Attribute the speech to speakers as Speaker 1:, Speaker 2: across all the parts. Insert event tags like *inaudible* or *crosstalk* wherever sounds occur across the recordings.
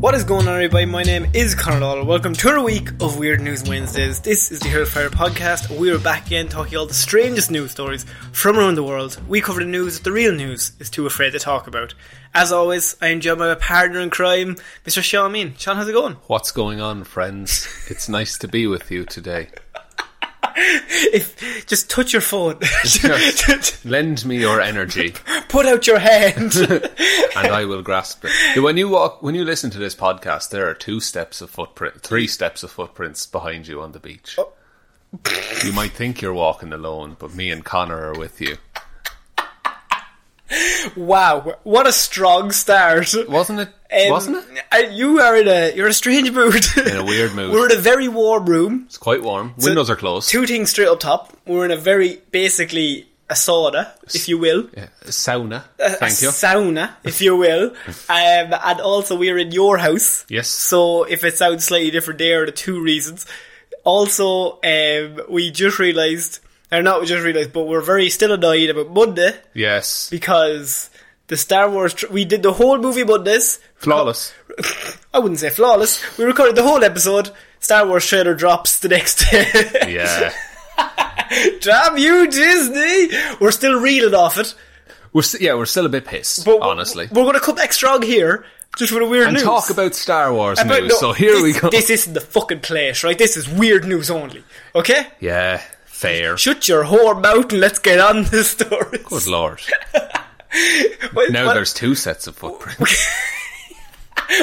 Speaker 1: What is going on, everybody? My name is Conor Lawler. Welcome to our week of Weird News Wednesdays. This is the Hellfire Podcast. We are back again talking all the strangest news stories from around the world. We cover the news that the real news is too afraid to talk about. As always, I am joined by my partner in crime, Mr. Sean Mean. Sean, how's it going?
Speaker 2: What's going on, friends? It's nice to be with you today.
Speaker 1: If just touch your *laughs* phone,
Speaker 2: Just lend me your energy,
Speaker 1: put out your hand.
Speaker 2: *laughs* and I will grasp it. When you walk, when you listen to this podcast, there are two steps of footprint, three steps of footprints behind you on the beach.
Speaker 1: Oh.
Speaker 2: You might think you're walking alone, but me and Connor are with you.
Speaker 1: wow, what a strong start!
Speaker 2: Wasn't it?
Speaker 1: Um,
Speaker 2: wasn't it?
Speaker 1: uh, You are in a you're in a strange mood.
Speaker 2: In
Speaker 1: *laughs*
Speaker 2: a weird mood.
Speaker 1: We're in a very warm room.
Speaker 2: It's quite warm. Windows are closed.
Speaker 1: Two things straight up top. We're in a very basically a sauna, if you will.
Speaker 2: Yeah, sauna.
Speaker 1: a
Speaker 2: Thank you.
Speaker 1: sauna, if you will. um, and also, we're in your house.
Speaker 2: Yes.
Speaker 1: So, if it sounds slightly different, there are the two reasons. Also, um, we just realised, or not we just realised, but we're very still annoyed about Monday
Speaker 2: yes.
Speaker 1: because the Star Wars, tr- we did the whole movie Mondays.
Speaker 2: Flawless.
Speaker 1: I wouldn't say flawless. We recorded the whole episode. Star Wars trailer drops the next day. *laughs*
Speaker 2: Yeah.
Speaker 1: Damn you, Disney! We're still reeling off it.
Speaker 2: We're st- yeah, we're still a bit pissed,
Speaker 1: But
Speaker 2: honestly.
Speaker 1: We're going to come back strong here, just with a weird
Speaker 2: and
Speaker 1: news.
Speaker 2: talk about Star Wars
Speaker 1: But
Speaker 2: news.
Speaker 1: no,
Speaker 2: so here
Speaker 1: this,
Speaker 2: we go.
Speaker 1: This isn't the fucking place, right? This is weird news only. Okay?
Speaker 2: yeah, fair.
Speaker 1: Shut your whore mouth and let's get on the *laughs* story.
Speaker 2: Good *laughs* lord.
Speaker 1: What,
Speaker 2: Now
Speaker 1: what-
Speaker 2: there's two sets of footprints.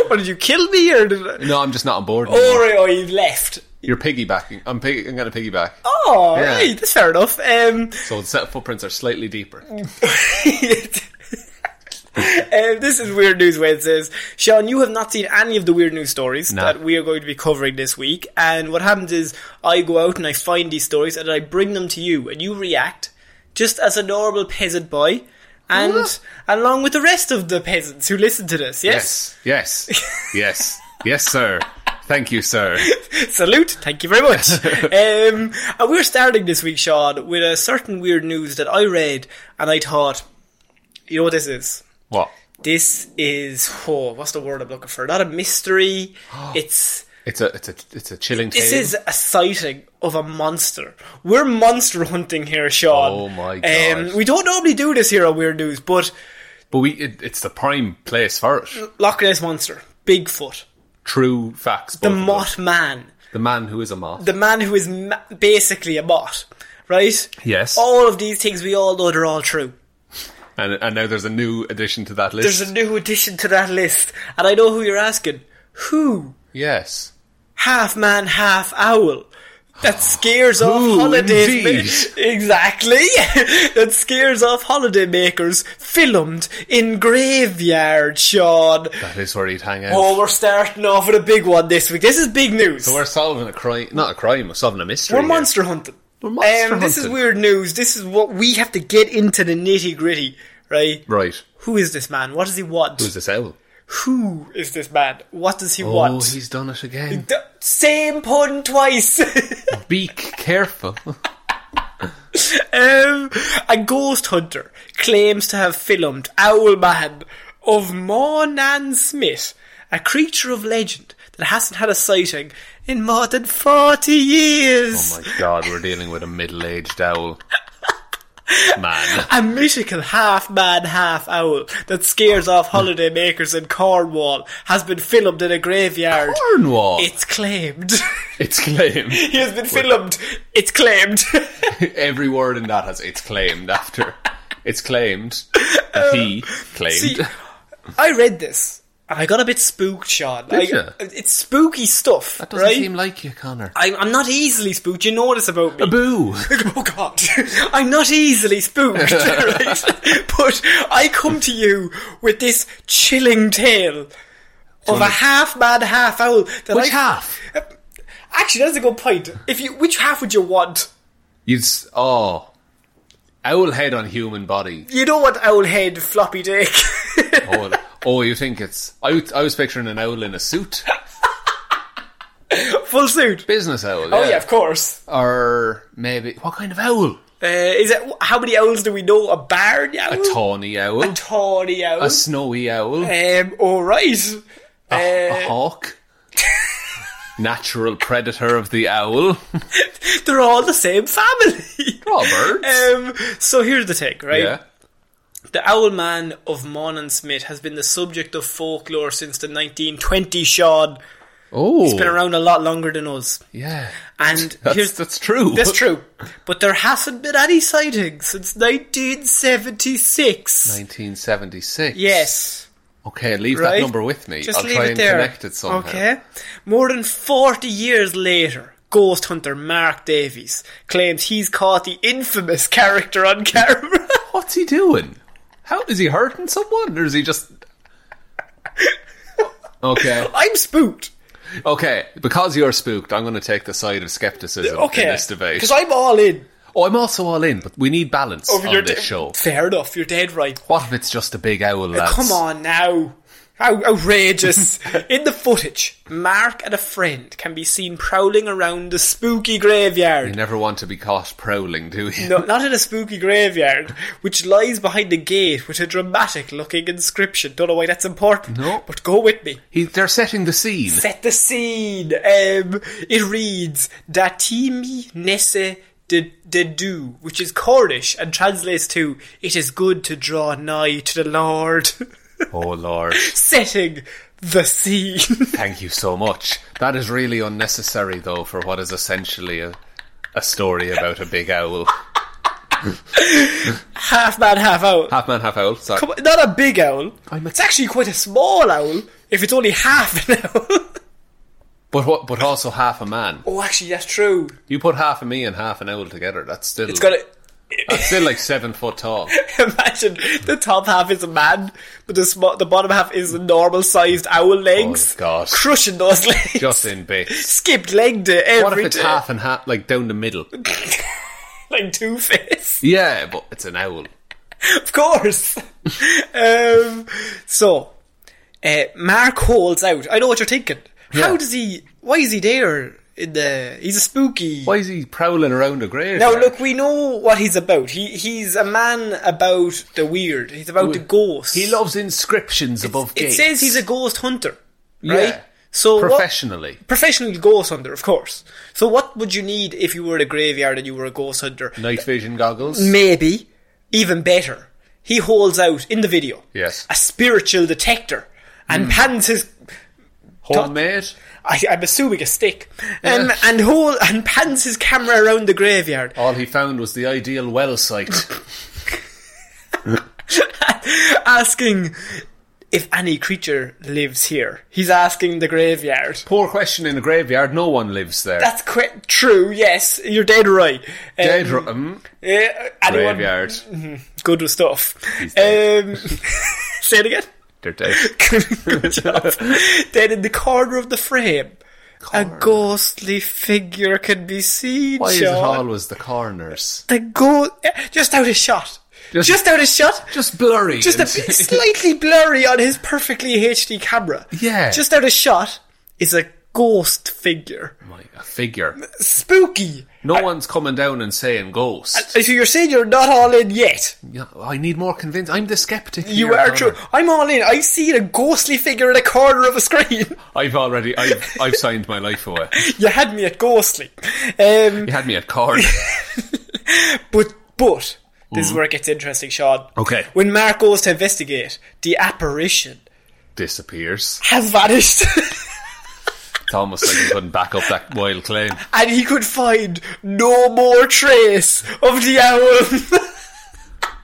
Speaker 1: what, did you kill me or did I...
Speaker 2: *laughs* no, I'm just not on board. anymore.
Speaker 1: Or I left.
Speaker 2: You're piggybacking. I'm pig- I'm going to piggyback.
Speaker 1: Oh,
Speaker 2: Yeah.
Speaker 1: right, that's fair enough. Um,
Speaker 2: So the set of footprints are slightly deeper.
Speaker 1: um, this is Weird News Wednesdays. Sean, you have not seen any of the weird news stories
Speaker 2: No.
Speaker 1: that we are going to be covering this week. And what happens is I go out and I find these stories and I bring them to you, and you react just as a normal peasant boy. And along with the rest of the peasants who listen to this, yes.
Speaker 2: Yes, yes, yes,
Speaker 1: *laughs*
Speaker 2: yes, sir. Thank you, sir.
Speaker 1: Salute, thank you very much. um, and we're starting this week, Sean, with a certain weird news that I read and I thought, you know what this is?
Speaker 2: What?
Speaker 1: This is oh, what's the word I'm looking for? Not a
Speaker 2: *gasps*
Speaker 1: mystery. It's
Speaker 2: It's a it's a it's a chilling.
Speaker 1: this
Speaker 2: tale.
Speaker 1: is a sighting of a monster. We're monster hunting here, Sean. Um,
Speaker 2: Oh my God.
Speaker 1: we don't normally do this here on Weird News, but
Speaker 2: but we it, it's the prime place for it.
Speaker 1: Loch Ness monster, Bigfoot,
Speaker 2: True facts.
Speaker 1: the
Speaker 2: both of
Speaker 1: Moth
Speaker 2: them.
Speaker 1: Man,
Speaker 2: the man who is a moth.
Speaker 1: the man who is ma- basically a moth, right?
Speaker 2: Yes.
Speaker 1: All of these things we all know they're all true.
Speaker 2: and and now there's a new addition to that list.
Speaker 1: There's a new addition to that list, and I know who you're asking. Who?
Speaker 2: yes.
Speaker 1: Half man, half owl. that scares off
Speaker 2: Ooh,
Speaker 1: holiday
Speaker 2: Ah, indeed.
Speaker 1: *laughs* exactly *laughs* that scares off holidaymakers filmed in graveyard Sean
Speaker 2: That is where he'd hang out.
Speaker 1: oh we're starting off with a big one this week this is big news
Speaker 2: so we're solving a crime, not a crime, we're solving a mystery.
Speaker 1: we're
Speaker 2: here.
Speaker 1: monster hunting
Speaker 2: We're monster
Speaker 1: um, this is
Speaker 2: hunting.
Speaker 1: weird news this is what we have to get into the nitty gritty right
Speaker 2: Right.
Speaker 1: who is this man what does he want
Speaker 2: Who's this owl?
Speaker 1: who is this man what does he
Speaker 2: Oh,
Speaker 1: want
Speaker 2: he's done it *laughs* again.
Speaker 1: D- same pun twice. *laughs*
Speaker 2: Beak careful.
Speaker 1: um, a ghost hunter claims to have filmed Owlman of Mornan Smith, a creature of legend that hasn't had a sighting in more than 40 years.
Speaker 2: oh my god, we're dealing with a middle aged *laughs* owl. Man.
Speaker 1: a mythical half man, half owl that scares off holidaymakers in Cornwall has been filmed in a graveyard.
Speaker 2: Cornwall!
Speaker 1: It's claimed. *laughs*
Speaker 2: It's claimed. *laughs*
Speaker 1: he has been filmed. It's claimed. *laughs*
Speaker 2: Every word in that has it's claimed after. It's claimed. that he claimed.
Speaker 1: See, I read this and I got a bit spooked, Sean. I,
Speaker 2: ya?
Speaker 1: It's spooky stuff,
Speaker 2: that doesn't
Speaker 1: right?
Speaker 2: seem like you, Connor.
Speaker 1: I, I'm not easily spooked. You know this about me.
Speaker 2: Boo!
Speaker 1: *laughs* Oh God, *laughs* I'm not easily
Speaker 2: *laughs*
Speaker 1: spooked, right? but I come to you with this chilling tale of a half man, half owl. That
Speaker 2: Which
Speaker 1: I-
Speaker 2: half?
Speaker 1: Actually, that's a good point. If you, which half would you want?
Speaker 2: You'd. s- Oh. Owl head on human *laughs* body.
Speaker 1: You don't want owl head, floppy dick. *laughs*
Speaker 2: Oh, oh you think it's. I, w- I was picturing an owl in a suit.
Speaker 1: Full suit.
Speaker 2: Business owl.
Speaker 1: Oh yeah, of course.
Speaker 2: Or maybe. What kind of owl?
Speaker 1: Uh, is it how many owls do we know? A barn owl,
Speaker 2: A tawny owl.
Speaker 1: a tawny owl.
Speaker 2: a snowy owl.
Speaker 1: um, all right. Uh,
Speaker 2: a
Speaker 1: *laughs*
Speaker 2: hawk. Natural predator of the owl.
Speaker 1: They're all the same
Speaker 2: *laughs*
Speaker 1: family. *laughs*
Speaker 2: Robert.
Speaker 1: um, so here's the take, right?
Speaker 2: yeah.
Speaker 1: The owl man of Mornan Smith has been the subject of folklore since the 1920s. Sean
Speaker 2: Oh.
Speaker 1: been around a lot longer than us,
Speaker 2: Yeah.
Speaker 1: and
Speaker 2: That's,
Speaker 1: here's
Speaker 2: that's true.
Speaker 1: That's
Speaker 2: *laughs*
Speaker 1: true, but there hasn't been any sightings since 1976.
Speaker 2: 1976.
Speaker 1: Yes.
Speaker 2: Okay, leave
Speaker 1: right?
Speaker 2: that number with me.
Speaker 1: Just
Speaker 2: I'll
Speaker 1: leave
Speaker 2: try
Speaker 1: it
Speaker 2: and
Speaker 1: there.
Speaker 2: connect it somehow.
Speaker 1: Okay. More than 40 years later, ghost hunter Mark Davies claims he's caught the infamous character on camera. *laughs*
Speaker 2: What's he doing? How is he hurting someone, or is
Speaker 1: *laughs*
Speaker 2: he just? Okay,
Speaker 1: I'm spooked.
Speaker 2: okay. Because you're spooked, I'm going to take the side of skepticism
Speaker 1: Okay.
Speaker 2: in this debate.
Speaker 1: Because I'm all in.
Speaker 2: oh, I'm also all in, but we need balance
Speaker 1: Over
Speaker 2: on
Speaker 1: your
Speaker 2: this
Speaker 1: de-
Speaker 2: show.
Speaker 1: Fair enough, you're dead right.
Speaker 2: What if it's just a big owl? Lads?
Speaker 1: Uh, Come on now. How
Speaker 2: *laughs*
Speaker 1: outrageous. in the footage, Mark and a friend can be seen prowling around the spooky graveyard.
Speaker 2: You never want to be caught prowling, do you?
Speaker 1: No, not in a spooky graveyard, which lies behind a gate with a dramatic looking inscription. Don't know why that's important.
Speaker 2: No.
Speaker 1: But go with me.
Speaker 2: He, they're setting the scene.
Speaker 1: Set the scene. Um, it reads Datimi Nesse de, de Du, which is Cornish and translates to It is good to draw nigh to the Lord. *laughs*
Speaker 2: oh lord!
Speaker 1: Setting the scene. *laughs*
Speaker 2: Thank you so much. That is really unnecessary, though, for what is essentially a, a story about a big owl.
Speaker 1: half man, half owl.
Speaker 2: Half man, half owl. Sorry.
Speaker 1: Come on, not a big owl.
Speaker 2: I'm a-
Speaker 1: it's actually quite a small owl if it's only half an *laughs* owl.
Speaker 2: But what? But also half a man.
Speaker 1: oh, actually, that's true.
Speaker 2: You put half of me and half an owl together. That's still.
Speaker 1: It's got a. *laughs*
Speaker 2: That's still like seven foot tall.
Speaker 1: Imagine the top half is a man, but the sm- the bottom half is a normal sized owl legs.
Speaker 2: Oh, God.
Speaker 1: Crushing those legs.
Speaker 2: Just in bits.
Speaker 1: Skipped leg day every
Speaker 2: What if it's
Speaker 1: day.
Speaker 2: half and half, like down the middle?
Speaker 1: *laughs* Like Two Face. *laughs*
Speaker 2: Yeah, but it's an owl.
Speaker 1: Of course. *laughs* um, so, uh, Mark holds out. I know what you're thinking. How
Speaker 2: Yeah.
Speaker 1: does he. Why is he there? In the, he's a spooky.
Speaker 2: Why is he prowling around a grave?
Speaker 1: Now look, we know what he's about. He he's a man about the weird. He's about the ghosts.
Speaker 2: He loves inscriptions above
Speaker 1: It
Speaker 2: gates.
Speaker 1: says he's a ghost hunter,
Speaker 2: Yeah.
Speaker 1: right? So what-
Speaker 2: professionally.
Speaker 1: professional ghost hunter, of course. So what would you need if you were at a graveyard and you were a ghost hunter?
Speaker 2: Night vision goggles.
Speaker 1: Maybe even better. He holds out in the video
Speaker 2: Yes. Hmm.
Speaker 1: a spiritual detector and pans his
Speaker 2: Homemade.
Speaker 1: I, I'm assuming a stick um, and hold, and pans his camera around the graveyard
Speaker 2: All he found was the ideal
Speaker 1: *laughs*
Speaker 2: well site.
Speaker 1: asking if any creature lives here. He's asking the graveyard.
Speaker 2: Poor question in the graveyard. No one lives there.
Speaker 1: That's quite true, yes. You're dead right. Um,
Speaker 2: Dead ro- mm,
Speaker 1: eh, anyone-
Speaker 2: graveyard.
Speaker 1: Good with stuff.
Speaker 2: dead.
Speaker 1: Um, *laughs* say it again.
Speaker 2: They're dead.
Speaker 1: *laughs* Good job. then in the corner of the frame, a ghostly figure can be seen.
Speaker 2: Why is it
Speaker 1: Sean.
Speaker 2: always the corners?
Speaker 1: the go eh, just out of shot.
Speaker 2: Just-
Speaker 1: Just, out of shot.
Speaker 2: Just blurry.
Speaker 1: Just a
Speaker 2: *laughs*
Speaker 1: bit slightly blurry on his perfectly HD camera.
Speaker 2: Yeah.
Speaker 1: Just out of shot is a ghost figure.
Speaker 2: Like a figure.
Speaker 1: Spooky.
Speaker 2: No one's coming down and saying ghost.
Speaker 1: So you're saying you're not all in yet.
Speaker 2: Yeah, I need more convince. I'm the skeptic.
Speaker 1: You
Speaker 2: here,
Speaker 1: are
Speaker 2: Connor.
Speaker 1: true. I'm all in. I've seen a ghostly figure in a corner of a screen. *laughs*
Speaker 2: I've already. I've, I've signed my life away.
Speaker 1: you had me at ghostly. Um,
Speaker 2: You had me
Speaker 1: *laughs*
Speaker 2: at corner.
Speaker 1: But but this is where it gets interesting, Sean.
Speaker 2: Mm-hmm. Okay.
Speaker 1: When Mark goes to investigate, the apparition
Speaker 2: Disappears.
Speaker 1: has vanished, *laughs*
Speaker 2: It's almost like you couldn't back up that wild claim.
Speaker 1: and he could find no more trace of the owl. *laughs*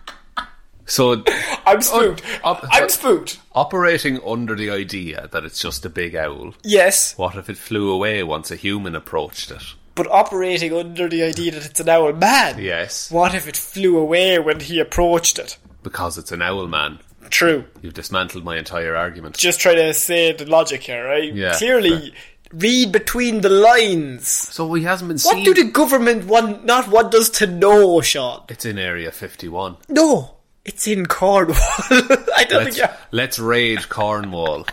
Speaker 2: So
Speaker 1: I'm spooked.
Speaker 2: up-
Speaker 1: I'm spooked.
Speaker 2: operating under the idea that it's just a big owl.
Speaker 1: Yes,
Speaker 2: What if it flew away once a human approached it?
Speaker 1: but operating under the idea that it's an owl man.
Speaker 2: Yes,
Speaker 1: What if it flew away when he approached it?
Speaker 2: because it's an owl man.
Speaker 1: True.
Speaker 2: You've dismantled my entire argument.
Speaker 1: Just try to say the logic here, right?
Speaker 2: Yeah,
Speaker 1: Clearly, read between the lines.
Speaker 2: So he hasn't been
Speaker 1: What
Speaker 2: seen.
Speaker 1: do the government want? Not want us to know, Sean.
Speaker 2: it's in
Speaker 1: *laughs*
Speaker 2: Area 51.
Speaker 1: No, it's in Cornwall. *laughs* I don't
Speaker 2: Let's,
Speaker 1: think
Speaker 2: let's raid Cornwall.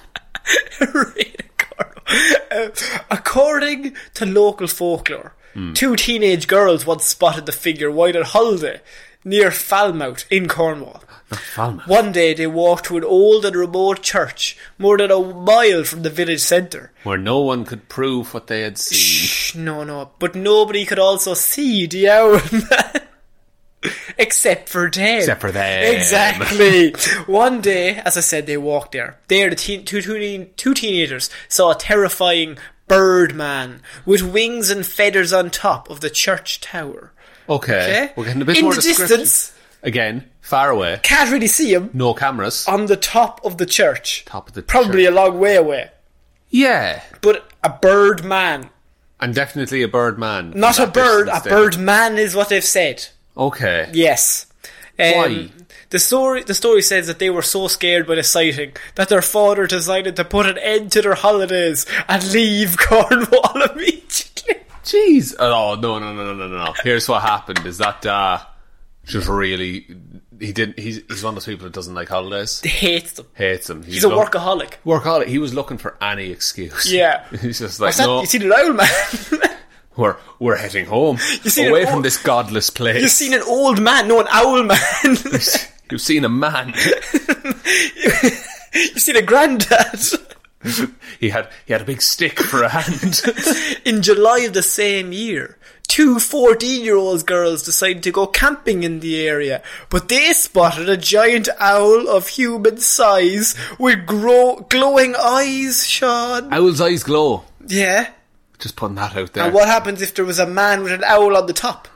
Speaker 1: you're *laughs* right in Cornwall. Uh, according to local folklore,
Speaker 2: Hmm.
Speaker 1: two teenage girls once spotted the figure while at holiday near Falmouth in Cornwall.
Speaker 2: Falmouth.
Speaker 1: One day they walked to an old and remote church more than a mile from the village centre.
Speaker 2: Where no one could prove what they had seen.
Speaker 1: Shh, no, no, but nobody could also see the owl man. *laughs* Except for them.
Speaker 2: Except for them.
Speaker 1: Exactly. *laughs* One day, as I said, they walked there. There, the teen, two, two, teen- two teenagers saw a terrifying bird man with wings and feathers on top of the church tower.
Speaker 2: Okay.
Speaker 1: Okay.
Speaker 2: We're getting a bit
Speaker 1: In
Speaker 2: more
Speaker 1: the
Speaker 2: description.
Speaker 1: distance.
Speaker 2: Again, far away.
Speaker 1: Can't really see him.
Speaker 2: No cameras.
Speaker 1: On the top of the church.
Speaker 2: Top of the
Speaker 1: Probably
Speaker 2: church.
Speaker 1: a long way away.
Speaker 2: Yeah.
Speaker 1: But a bird man.
Speaker 2: And definitely a bird man. from
Speaker 1: Not a
Speaker 2: that
Speaker 1: bird, a
Speaker 2: distance there.
Speaker 1: bird man is what they've said.
Speaker 2: Okay.
Speaker 1: Yes. Um,
Speaker 2: Why?
Speaker 1: The story the story says that they were so scared by the sighting that their father decided to put an end to their holidays and leave *laughs* Cornwall immediately.
Speaker 2: Jeez. Oh no no no no no no. Here's what happened: is that uh, just really he didn't. He's he's one of those people that doesn't like holidays.
Speaker 1: They hate them.
Speaker 2: Hates them.
Speaker 1: He's a workaholic.
Speaker 2: Workaholic. He was looking for any excuse.
Speaker 1: Yeah.
Speaker 2: *laughs* He's just
Speaker 1: What's
Speaker 2: like
Speaker 1: that?
Speaker 2: no.
Speaker 1: You seen an old man? *laughs*
Speaker 2: we're we're heading home.
Speaker 1: seen
Speaker 2: away
Speaker 1: an
Speaker 2: from
Speaker 1: old-
Speaker 2: this
Speaker 1: *laughs*
Speaker 2: godless place.
Speaker 1: You've
Speaker 2: *laughs*
Speaker 1: seen an old man, no an owl man. *laughs*
Speaker 2: You've seen a man. *laughs*
Speaker 1: You've seen a granddad. *laughs*
Speaker 2: he had he had a big stick for a hand. *laughs*
Speaker 1: In July of the same year, two 14 year old girls decided to go camping in the area, but they spotted a giant owl of human size with grow- glowing eyes, Sean.
Speaker 2: Owl's eyes glow.
Speaker 1: Yeah.
Speaker 2: Just putting that out there.
Speaker 1: And what happens if there was a man with an owl on the top?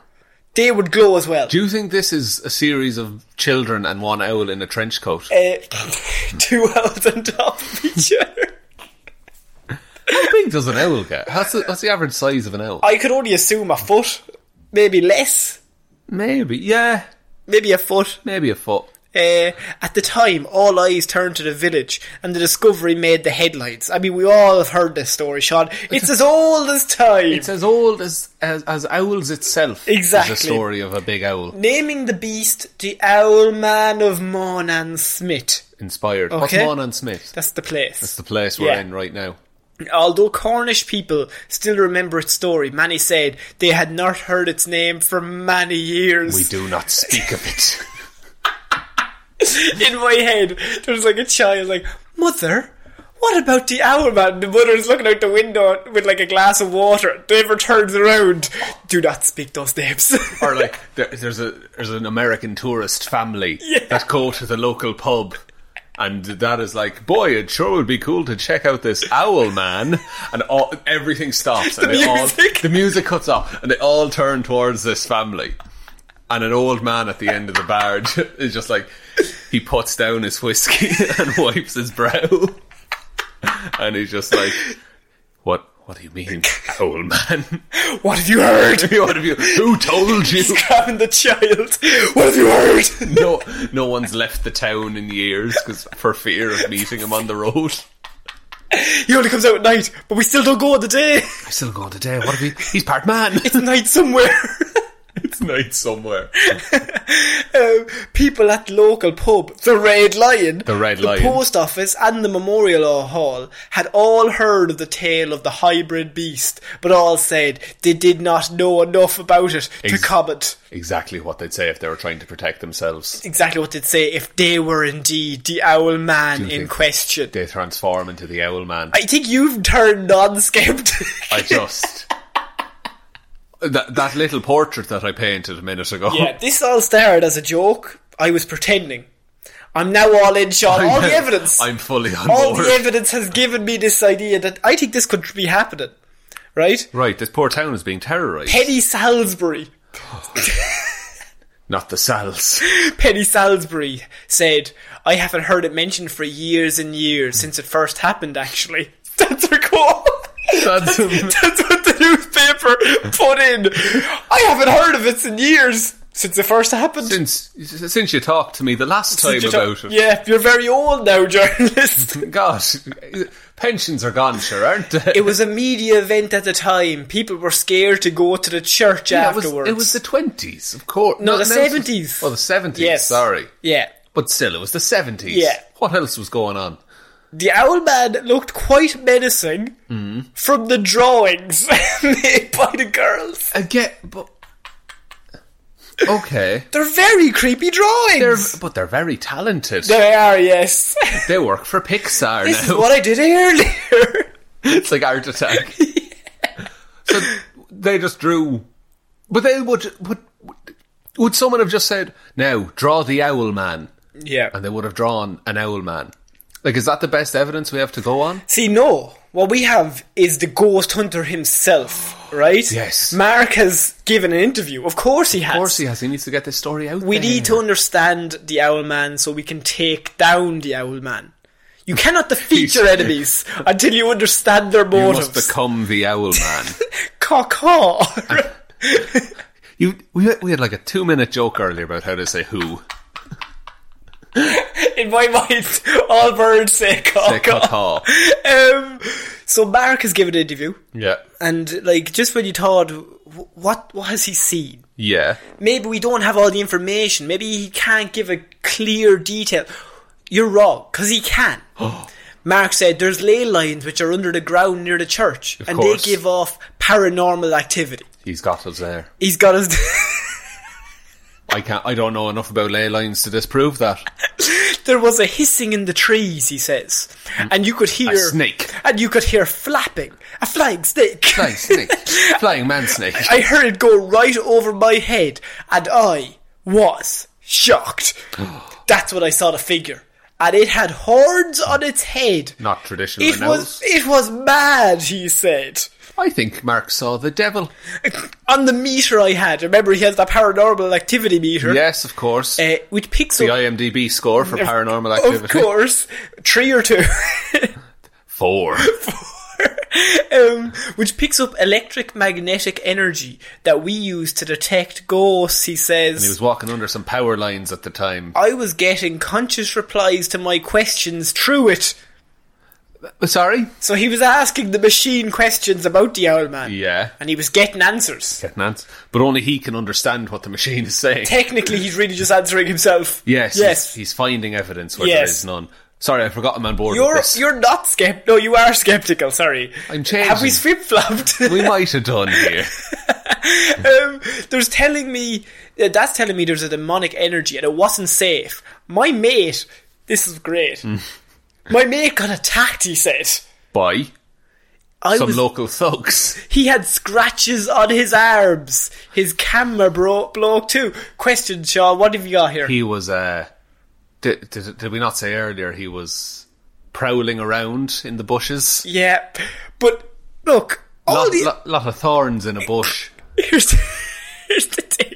Speaker 1: They would glow as well.
Speaker 2: Do you think this is a series of children and one owl in a trench coat?
Speaker 1: Uh, *laughs* two owls on top of each other.
Speaker 2: How big does an owl get? What's the, what's the average size of an owl?
Speaker 1: I could only assume a foot, maybe less,
Speaker 2: Maybe, yeah,
Speaker 1: maybe a foot.
Speaker 2: maybe a foot.
Speaker 1: Uh, at the time, all eyes turned to the village, and the discovery made the headlines. I mean, we all have heard this story, Sean. It's as old as time.
Speaker 2: It's as old as as, as owls itself. is
Speaker 1: Exactly.
Speaker 2: the story of a big owl
Speaker 1: Naming the beast the Owl Man of Monan Smith.
Speaker 2: inspired. What's
Speaker 1: Okay.
Speaker 2: Monan Smith?
Speaker 1: That's the place.
Speaker 2: That's the place we're
Speaker 1: Yeah.
Speaker 2: in right now.
Speaker 1: Although Cornish people still remember its story, many said they had not heard its name for many years.
Speaker 2: We do not speak
Speaker 1: *laughs*
Speaker 2: of it.
Speaker 1: in my head, there's like a child like, Mother, what about the owl man? The mother's looking out the window with like a glass of water. David turns around. Do not speak those names. *laughs*
Speaker 2: or like there, there's a there's an American tourist family that go to the local pub. And that is like, boy, it sure would be cool to check out this owl man. And all, everything stops, and
Speaker 1: The
Speaker 2: they
Speaker 1: music.
Speaker 2: all the music cuts off, and they all turn towards this family. And an old man at the end of the bar *laughs* is just like, he puts down his whiskey *laughs* and wipes his brow, and he's just like, "What? What do you mean, owl man?
Speaker 1: *laughs* What have you heard?
Speaker 2: *laughs* what have you? Who
Speaker 1: *laughs*
Speaker 2: told you?
Speaker 1: Grabbing the child. What have you heard?
Speaker 2: *laughs* No, no one's left the town in years 'cause- for fear of meeting him on the road."
Speaker 1: He only comes out at night, but we still don't go on the day. *laughs*
Speaker 2: I'm still going today. What have you? He's part man.
Speaker 1: It's night somewhere. *laughs*
Speaker 2: it's *laughs* night somewhere.
Speaker 1: um, people at the local pub, the Red Lion,
Speaker 2: The Red Lion.
Speaker 1: post office, and the Memorial Hall had all heard of the tale of the hybrid beast, but all said they did not know enough about it to
Speaker 2: Ex-
Speaker 1: comment.
Speaker 2: Exactly what they'd say if they were trying to protect themselves.
Speaker 1: Exactly what they'd say if they were indeed the owl man in
Speaker 2: think-
Speaker 1: question.
Speaker 2: They transform into the owl man.
Speaker 1: I think you've turned non-skeptic. *laughs*
Speaker 2: I just that that little portrait that I painted a minute ago.
Speaker 1: yeah, this all started as a joke. I was pretending. I'm now all in, Sean. All the evidence.
Speaker 2: I'm fully on
Speaker 1: all
Speaker 2: board.
Speaker 1: the evidence has given me this idea that I think this could be happening, right?
Speaker 2: right, this poor town is being terrorised.
Speaker 1: Penny Salisbury,
Speaker 2: Not the cells.
Speaker 1: Penny Salisbury said, "I haven't heard it mentioned for years and years since it first happened." Actually, *laughs* that's her quote. *laughs*
Speaker 2: That's a-
Speaker 1: That's what the newspaper put in. I haven't heard of it in years since it first happened.
Speaker 2: since since you talked to me the last time
Speaker 1: Did you
Speaker 2: about
Speaker 1: talk-
Speaker 2: it.
Speaker 1: Yeah, you're very old now, *laughs* journalist.
Speaker 2: God, pensions are gone, sure, aren't they?
Speaker 1: it was a media event at the time. People were scared to go to the church
Speaker 2: Yeah, it was-
Speaker 1: afterwards.
Speaker 2: It was the twenties, of course.
Speaker 1: No, the
Speaker 2: now it's-
Speaker 1: 70s.
Speaker 2: Oh, the seventies.
Speaker 1: Yes.
Speaker 2: Sorry,
Speaker 1: yeah.
Speaker 2: but still, it was the seventies.
Speaker 1: Yeah.
Speaker 2: What else was going on?
Speaker 1: The owl man looked quite menacing from the drawings *laughs* made by the girls.
Speaker 2: Again, but okay.
Speaker 1: They're very creepy
Speaker 2: They're,
Speaker 1: drawings.
Speaker 2: but they're very talented.
Speaker 1: They are, yes.
Speaker 2: They work for Pixar
Speaker 1: this is
Speaker 2: now.
Speaker 1: what I did earlier.
Speaker 2: *laughs*
Speaker 1: *laughs*
Speaker 2: it's like Art Attack. So they just drew, but they would would would someone have just said, "Now draw the owl man,"
Speaker 1: yeah.
Speaker 2: and they would have drawn an owl man. Like, is that the best evidence we have to go on?
Speaker 1: See, no. What we have is the ghost hunter himself, right?
Speaker 2: Yes.
Speaker 1: Mark has given an interview. Of course he has.
Speaker 2: Of course he has. He needs to get this story out.
Speaker 1: We
Speaker 2: there.
Speaker 1: need to understand the owl man so we can take down the owl man. You cannot defeat
Speaker 2: He's-
Speaker 1: your
Speaker 2: *laughs*
Speaker 1: enemies until you understand their
Speaker 2: You
Speaker 1: motives.
Speaker 2: must become
Speaker 1: *laughs*
Speaker 2: the owl man.
Speaker 1: Caw, caw. *laughs*
Speaker 2: you we had, we had like a two minute joke earlier about how to say who.
Speaker 1: In my mind, all birds say caw,
Speaker 2: Say
Speaker 1: caw.
Speaker 2: caw.
Speaker 1: *laughs* Um, so Mark has given an interview,
Speaker 2: Yeah.
Speaker 1: and like just when you thought, "Wh- what what has he seen?
Speaker 2: Yeah.
Speaker 1: Maybe we don't have all the information. Maybe he can't give a clear detail. You're wrong, because he can. Mark said there's ley lines which are under the ground near the church, and
Speaker 2: course.
Speaker 1: they give off paranormal activity.
Speaker 2: He's got us there.
Speaker 1: He's got us. *laughs*
Speaker 2: I can't. I don't know enough about ley lines to disprove that.
Speaker 1: there was a hissing in the trees, he says, and you could hear
Speaker 2: Mm. snake.
Speaker 1: and you could hear flapping, a flying snake.
Speaker 2: Flying
Speaker 1: *laughs*
Speaker 2: snake, flying man snake.
Speaker 1: I heard it go right over my head, and I was
Speaker 2: *gasps*
Speaker 1: shocked. That's when I saw the figure, and it had horns on its head.
Speaker 2: Not traditional
Speaker 1: It was
Speaker 2: nose.
Speaker 1: it was mad, he said.
Speaker 2: I think Mark saw the devil.
Speaker 1: On the meter I had, remember he has that paranormal activity meter,
Speaker 2: Yes, of course.
Speaker 1: uh, which picks
Speaker 2: the
Speaker 1: up,
Speaker 2: IMDb score for paranormal activity.
Speaker 1: of course, three or two. *laughs*
Speaker 2: Four.
Speaker 1: um, which picks up electric magnetic energy that we use to detect ghosts, he says.
Speaker 2: He was walking under some power lines at the time.
Speaker 1: I was getting conscious replies to my questions through it.
Speaker 2: Uh, Sorry.
Speaker 1: So he was asking the machine questions about the owl man.
Speaker 2: Yeah.
Speaker 1: And he was getting answers.
Speaker 2: Getting ans- But only he can understand what the machine is saying.
Speaker 1: Technically, he's really just answering himself.
Speaker 2: Yes,
Speaker 1: Yes.
Speaker 2: He's, he's finding evidence where
Speaker 1: Yes.
Speaker 2: there is none. Sorry, I forgot I'm on board
Speaker 1: You're
Speaker 2: with this.
Speaker 1: you're not skeptical. No, you are skeptical. Sorry.
Speaker 2: I'm changing.
Speaker 1: Have we flip flopped?
Speaker 2: we might have
Speaker 1: *laughs*
Speaker 2: done here.
Speaker 1: um, there's telling me uh, that's telling me there's a demonic energy, and it wasn't safe. My mate, this is great.
Speaker 2: Mm.
Speaker 1: My mate got attacked. He said.
Speaker 2: By
Speaker 1: I
Speaker 2: some
Speaker 1: was,
Speaker 2: local thugs.
Speaker 1: He had scratches on his arms. His camera bro- broke too. Question, Sean, what have you got here?
Speaker 2: He was. Uh, did, did, did we not say earlier he was prowling around in the bushes?
Speaker 1: yeah, but look, all
Speaker 2: lot,
Speaker 1: Oh, *laughs* the
Speaker 2: lot, lot of thorns in a bush.
Speaker 1: here's, here's the thing.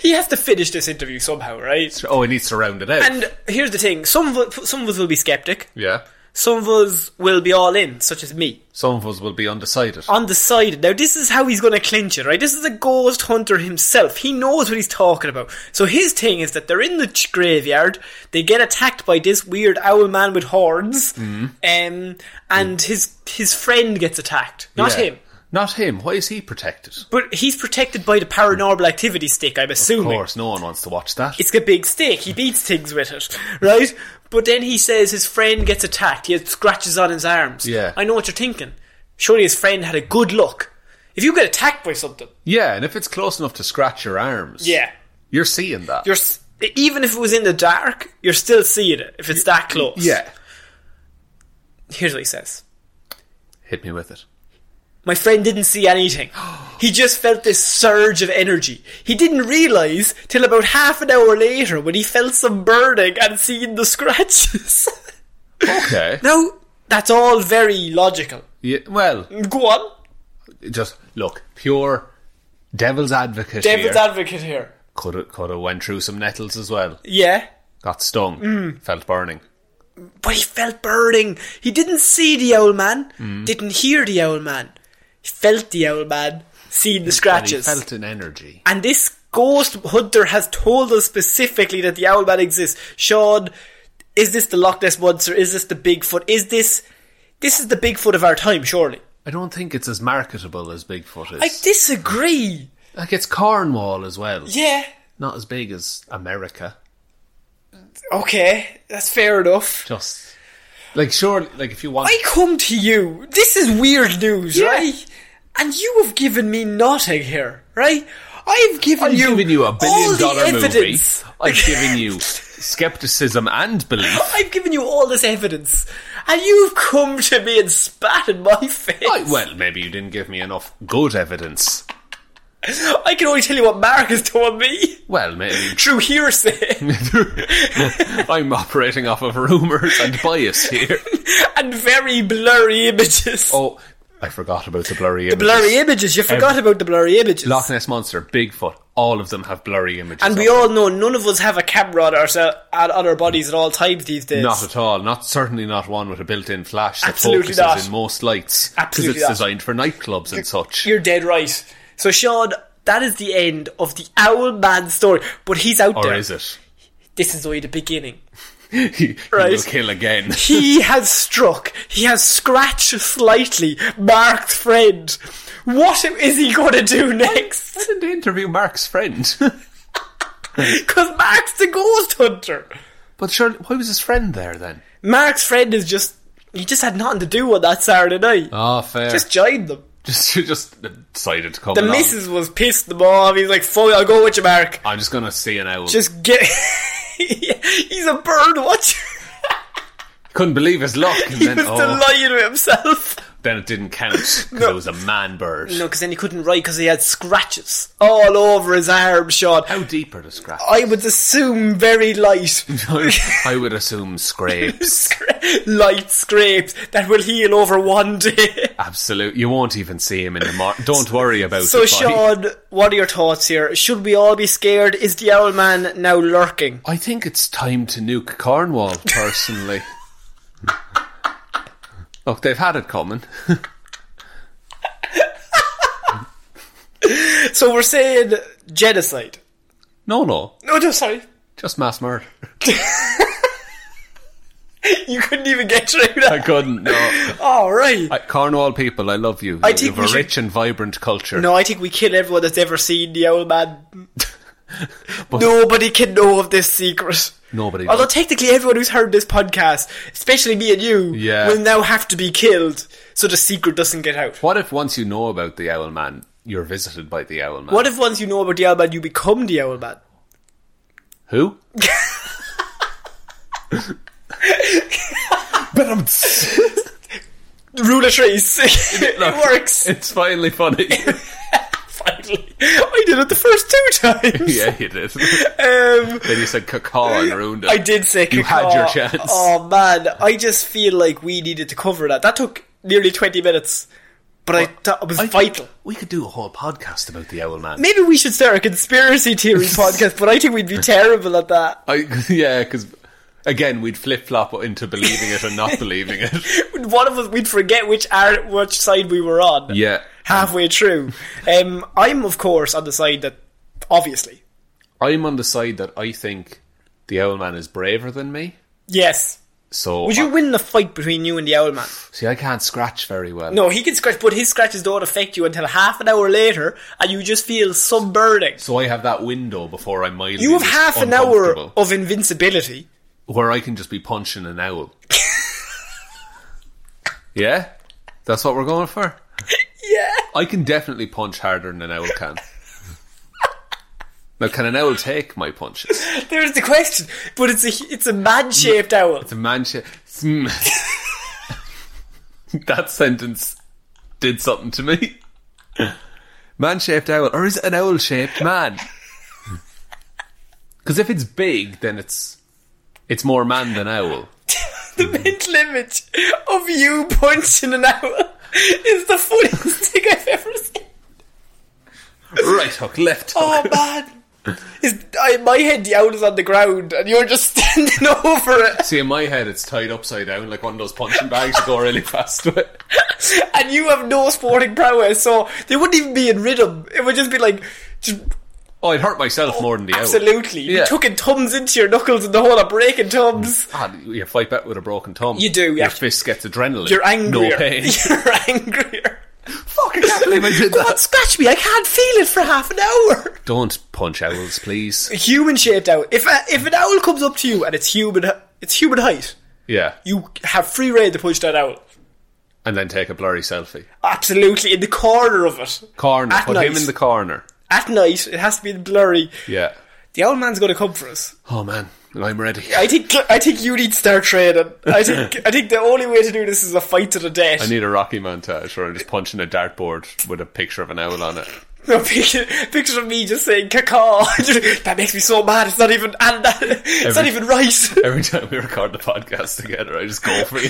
Speaker 1: he has to finish this interview somehow, right?
Speaker 2: Oh, he needs to round it out.
Speaker 1: And here's the thing: some of us- some of us will be skeptic,
Speaker 2: yeah.
Speaker 1: some of us will be all in, such as me,
Speaker 2: Some of us will be undecided.
Speaker 1: Oh, undecided. Now this is how he's going to clinch it, right? This is a ghost hunter himself. He knows what he's talking about. So his thing is that they're in the ch- graveyard. They get attacked by this weird owl man with horns,
Speaker 2: Mm-hmm.
Speaker 1: um, and his his friend gets attacked, not
Speaker 2: Yeah.
Speaker 1: him.
Speaker 2: Not him. Why is he protected?
Speaker 1: But he's protected by the paranormal activity stick, I'm
Speaker 2: Of
Speaker 1: assuming.
Speaker 2: course, no one wants to watch that.
Speaker 1: It's a big stick. He beats things with it, right? But then he says his friend gets attacked. He has scratches on his arms.
Speaker 2: Yeah.
Speaker 1: I know what you're thinking. Surely his friend had a good look. If you get attacked by something,
Speaker 2: yeah, and if it's close enough to scratch your arms,
Speaker 1: yeah,
Speaker 2: you're seeing that.
Speaker 1: you're s- even if it was in the dark, you're still seeing it if it's that close.
Speaker 2: yeah.
Speaker 1: Here's what he says.
Speaker 2: Hit me with it.
Speaker 1: My friend didn't see anything. He just felt this surge of energy. He didn't realize till about half an hour later when he felt some burning and seen the scratches. *laughs*
Speaker 2: Okay.
Speaker 1: now, that's all very logical.
Speaker 2: Yeah, well,
Speaker 1: Go on.
Speaker 2: just look, pure devil's advocate
Speaker 1: Devil's
Speaker 2: here.
Speaker 1: advocate here.
Speaker 2: could have could have went through some nettles as well.
Speaker 1: Yeah.
Speaker 2: Got stung.
Speaker 1: Mm.
Speaker 2: Felt burning.
Speaker 1: But he felt burning. He didn't see the owl man,
Speaker 2: Mm.
Speaker 1: didn't hear the owl man. He felt the owl man, seen the
Speaker 2: And he
Speaker 1: scratches.
Speaker 2: felt an energy.
Speaker 1: And this ghost hunter has told us specifically that the Owlman exists. Sean, is this the Loch Ness Monster? Is this the Bigfoot? Is this. This is the Bigfoot of our time, surely.
Speaker 2: I don't think it's as marketable as Bigfoot is.
Speaker 1: I disagree.
Speaker 2: like it's Cornwall as well.
Speaker 1: Yeah.
Speaker 2: Not as big as America.
Speaker 1: Okay, that's fair enough.
Speaker 2: Just like sure like if you want
Speaker 1: I come to you. This is weird news,
Speaker 2: Yeah.
Speaker 1: right? And you have given me nothing here, right? I've given
Speaker 2: I've
Speaker 1: you
Speaker 2: given you a
Speaker 1: all
Speaker 2: billion
Speaker 1: the
Speaker 2: dollar movie.
Speaker 1: evidence.
Speaker 2: I've given you skepticism and belief.
Speaker 1: *laughs* I've given you all this evidence, and you've come to me and spat in my face.
Speaker 2: Right, well, maybe you didn't give me enough good evidence.
Speaker 1: I can only tell you what Mark has told me
Speaker 2: Well, maybe
Speaker 1: through
Speaker 2: *laughs*
Speaker 1: hearsay
Speaker 2: I'm operating off of rumours and bias
Speaker 1: *laughs*
Speaker 2: here.
Speaker 1: and very blurry images.
Speaker 2: Oh, I forgot about the blurry images.
Speaker 1: blurry images! You forgot about the blurry images.
Speaker 2: Loch Ness Monster, Bigfoot, all of them have blurry images.
Speaker 1: and we
Speaker 2: on
Speaker 1: all know none of us have a camera on, ourselves, on our bodies at all times these days.
Speaker 2: them. Not at all. Not certainly not one with a built-in flash that
Speaker 1: Absolutely
Speaker 2: focuses
Speaker 1: not.
Speaker 2: in most lights because
Speaker 1: Absolutely
Speaker 2: it's
Speaker 1: not.
Speaker 2: designed for nightclubs and such.
Speaker 1: You're dead right. So, Sean, that is the end of the Owl Man story. But he's out
Speaker 2: Or
Speaker 1: there.
Speaker 2: is
Speaker 1: *laughs*
Speaker 2: it?
Speaker 1: This is only the beginning.
Speaker 2: He- he will
Speaker 1: Right.
Speaker 2: kill
Speaker 1: *laughs*
Speaker 2: again.
Speaker 1: He has struck. He has scratched slightly Mark's friend. What is he going to do *laughs* next?
Speaker 2: *laughs* Didn't they interview Mark's friend? *laughs* Hmm.
Speaker 1: Because Mark's the ghost hunter.
Speaker 2: but sure, why was his friend there then?
Speaker 1: Mark's friend is just. He just had nothing to do on that Saturday night.
Speaker 2: Ah, fair.
Speaker 1: Just joined them.
Speaker 2: *laughs* just, just decided to come.
Speaker 1: The
Speaker 2: along.
Speaker 1: missus was pissed them off. He's like, fuck, I'll go with you, Mark.
Speaker 2: I'm just gonna see an owl.
Speaker 1: Just get. *laughs* He's a bird watcher.
Speaker 2: couldn't believe his luck,
Speaker 1: *laughs*
Speaker 2: and
Speaker 1: He
Speaker 2: then
Speaker 1: was
Speaker 2: oh,
Speaker 1: delighted with himself.
Speaker 2: then it didn't count because it was a man
Speaker 1: *laughs*
Speaker 2: bird.
Speaker 1: No, because then he couldn't write because he had scratches all over his arm, Sean.
Speaker 2: How deep are the scratches?
Speaker 1: I would assume very light.
Speaker 2: *laughs*
Speaker 1: *laughs*
Speaker 2: I would assume scrapes.
Speaker 1: light scrapes that will heal over one day.
Speaker 2: Absolute. You won't even see him in the mar Don't worry about
Speaker 1: So,
Speaker 2: it. buddy.
Speaker 1: Sean, what are your thoughts here? Should we all be scared? Is the owl man now lurking?
Speaker 2: I think it's time to nuke Cornwall.
Speaker 1: *laughs*
Speaker 2: Personally, look, they've had it coming. *laughs*
Speaker 1: So we're saying genocide.
Speaker 2: No, no,
Speaker 1: No, no, sorry. *laughs*
Speaker 2: just mass murder. *laughs*
Speaker 1: You couldn't even get through
Speaker 2: I
Speaker 1: that.
Speaker 2: couldn't. No,
Speaker 1: All right.
Speaker 2: I, Cornwall people, I love you.
Speaker 1: I
Speaker 2: You
Speaker 1: think
Speaker 2: have
Speaker 1: we
Speaker 2: a
Speaker 1: should-
Speaker 2: rich and vibrant culture. *laughs*
Speaker 1: No, I think we kill everyone that's ever seen the owl man. Nobody can know of this secret.
Speaker 2: Nobody
Speaker 1: Although
Speaker 2: knows.
Speaker 1: technically, everyone who's heard this podcast, especially me and you,
Speaker 2: Yeah.
Speaker 1: will now have to be killed, so the secret doesn't get out.
Speaker 2: What if once you know about the owl man, you're visited by the owl man?
Speaker 1: What if once you know about the owl man, you become the owl man?
Speaker 2: Who? but I'm
Speaker 1: Rule of trace. *laughs* it works.
Speaker 2: It's
Speaker 1: *laughs*
Speaker 2: finally funny.
Speaker 1: Finally. I did it the first two times.
Speaker 2: *laughs* yeah, you did.
Speaker 1: Um,
Speaker 2: then you said cacaw and ruined it.
Speaker 1: I did say Oh,
Speaker 2: You had your
Speaker 1: cacaw.
Speaker 2: chance.
Speaker 1: Oh man, I just feel like we needed to cover that. That took nearly 20 minutes. but I thought it was vital.
Speaker 2: We could do a whole podcast about the Owl Man.
Speaker 1: Maybe we should start a conspiracy
Speaker 2: *laughs*
Speaker 1: theory podcast, but I think we'd be terrible at that.
Speaker 2: I, *laughs* yeah, because again, we'd flip flop into believing it or not believing
Speaker 1: *laughs*
Speaker 2: it.
Speaker 1: One of us, we'd forget which ar- which side we were on.
Speaker 2: Yeah.
Speaker 1: halfway through. Um, I'm of course on the side that obviously
Speaker 2: I'm on the side that I think the Owl Man is braver than me.
Speaker 1: yes.
Speaker 2: So
Speaker 1: Would you
Speaker 2: I-
Speaker 1: win the fight between you and the owl man?
Speaker 2: see, I can't scratch very well.
Speaker 1: No, he can scratch, but his scratches don't affect you until half an hour later, and you just feel sunburning.
Speaker 2: So I have that window before I'm mildly
Speaker 1: You have
Speaker 2: just
Speaker 1: half an hour
Speaker 2: uncomfortable,
Speaker 1: of invincibility.
Speaker 2: where I can just be punching an owl. yeah, that's what we're going for.
Speaker 1: Yeah.
Speaker 2: I can definitely punch harder than an owl can. now, can an owl take my punches?
Speaker 1: There's the question, but it's a it's a man-shaped owl.
Speaker 2: The man shit. Hmm. *laughs* that sentence did something to me. Man shaped owl, or is it an owl shaped man? Because if it's big, then it's it's more man than owl.
Speaker 1: The mental image of you punching an owl is the funniest thing I've ever seen.
Speaker 2: Right hook, left hook.
Speaker 1: Oh man! Is I, in my head the owl is on the ground and you're just *laughs* standing over it,
Speaker 2: See, in my head, it's tied upside down like one of those punching bags. You go really fast with it.
Speaker 1: and you have no sporting prowess, so they wouldn't even be in rhythm. It would just be like, just,
Speaker 2: Oh, I'd hurt myself more than the owl.
Speaker 1: absolutely,
Speaker 2: Yeah. Mm.
Speaker 1: you're tucking thumbs into your knuckles and the whole of breaking thumbs.
Speaker 2: Absolutely. You fight Ah, back with a broken thumb.
Speaker 1: You do, yeah.
Speaker 2: Your fist gets adrenaline.
Speaker 1: You're angrier.
Speaker 2: No pain.
Speaker 1: *laughs* You're angrier.
Speaker 2: Fuck, I can't believe I did
Speaker 1: Go
Speaker 2: that.
Speaker 1: on, scratch me! I can't feel it for half an hour.
Speaker 2: Don't punch owls, please.
Speaker 1: Human shaped owl. If a, if an owl comes up to you and it's human, it's human height.
Speaker 2: Yeah.
Speaker 1: *laughs* You have free reign to punch that owl.
Speaker 2: And then take a blurry selfie.
Speaker 1: Absolutely, in the corner of it.
Speaker 2: Corner.
Speaker 1: At
Speaker 2: Put
Speaker 1: night.
Speaker 2: him in the corner.
Speaker 1: At night, it has to be blurry.
Speaker 2: Yeah.
Speaker 1: The old man's going to come for us.
Speaker 2: Oh man, I'm ready.
Speaker 1: I think. I think you need to start training. I
Speaker 2: *laughs*
Speaker 1: think. I think the only way to do this is a fight to the death.
Speaker 2: I need a Rocky montage where I'm just punching a dartboard with a picture of an owl on it.
Speaker 1: no *laughs* picture, picture of me just saying "caca." Just, *laughs* that makes me so mad. It's not even. And *laughs* that, it's not
Speaker 2: Every-
Speaker 1: even right. *laughs*
Speaker 2: Every time we record the podcast together, I just go for you.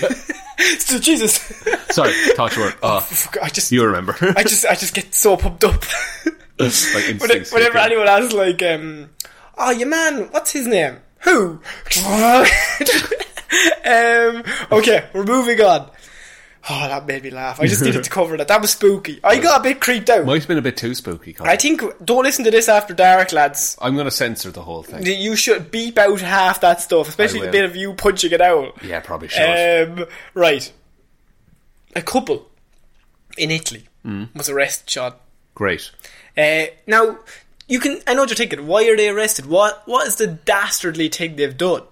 Speaker 1: so, Jesus.
Speaker 2: *laughs* Sorry, thought you were. Oh,
Speaker 1: *laughs* I just.
Speaker 2: you remember?
Speaker 1: I just. I just get so pumped up.
Speaker 2: *laughs* like
Speaker 1: Whenever,
Speaker 2: instincts.
Speaker 1: whenever anyone asks, like, um, "Oh, your man, what's his name? Who?" *laughs* um. Okay, we're moving on. Oh, that made me laugh. I just needed to cover that. That was spooky. I got a bit creeped out.
Speaker 2: Might have been a bit too spooky. Colin.
Speaker 1: I think don't listen to this after dark, lads.
Speaker 2: I'm going to censor the whole thing.
Speaker 1: You should beep out half that stuff, especially
Speaker 2: I
Speaker 1: the
Speaker 2: will.
Speaker 1: bit of you punching it out.
Speaker 2: Yeah, probably should.
Speaker 1: Um, right. A couple in Italy
Speaker 2: Mm.
Speaker 1: was arrested, Sean.
Speaker 2: Great.
Speaker 1: Uh, now, you can. I know what you're thinking. Why are they arrested? What What is the dastardly thing they've done?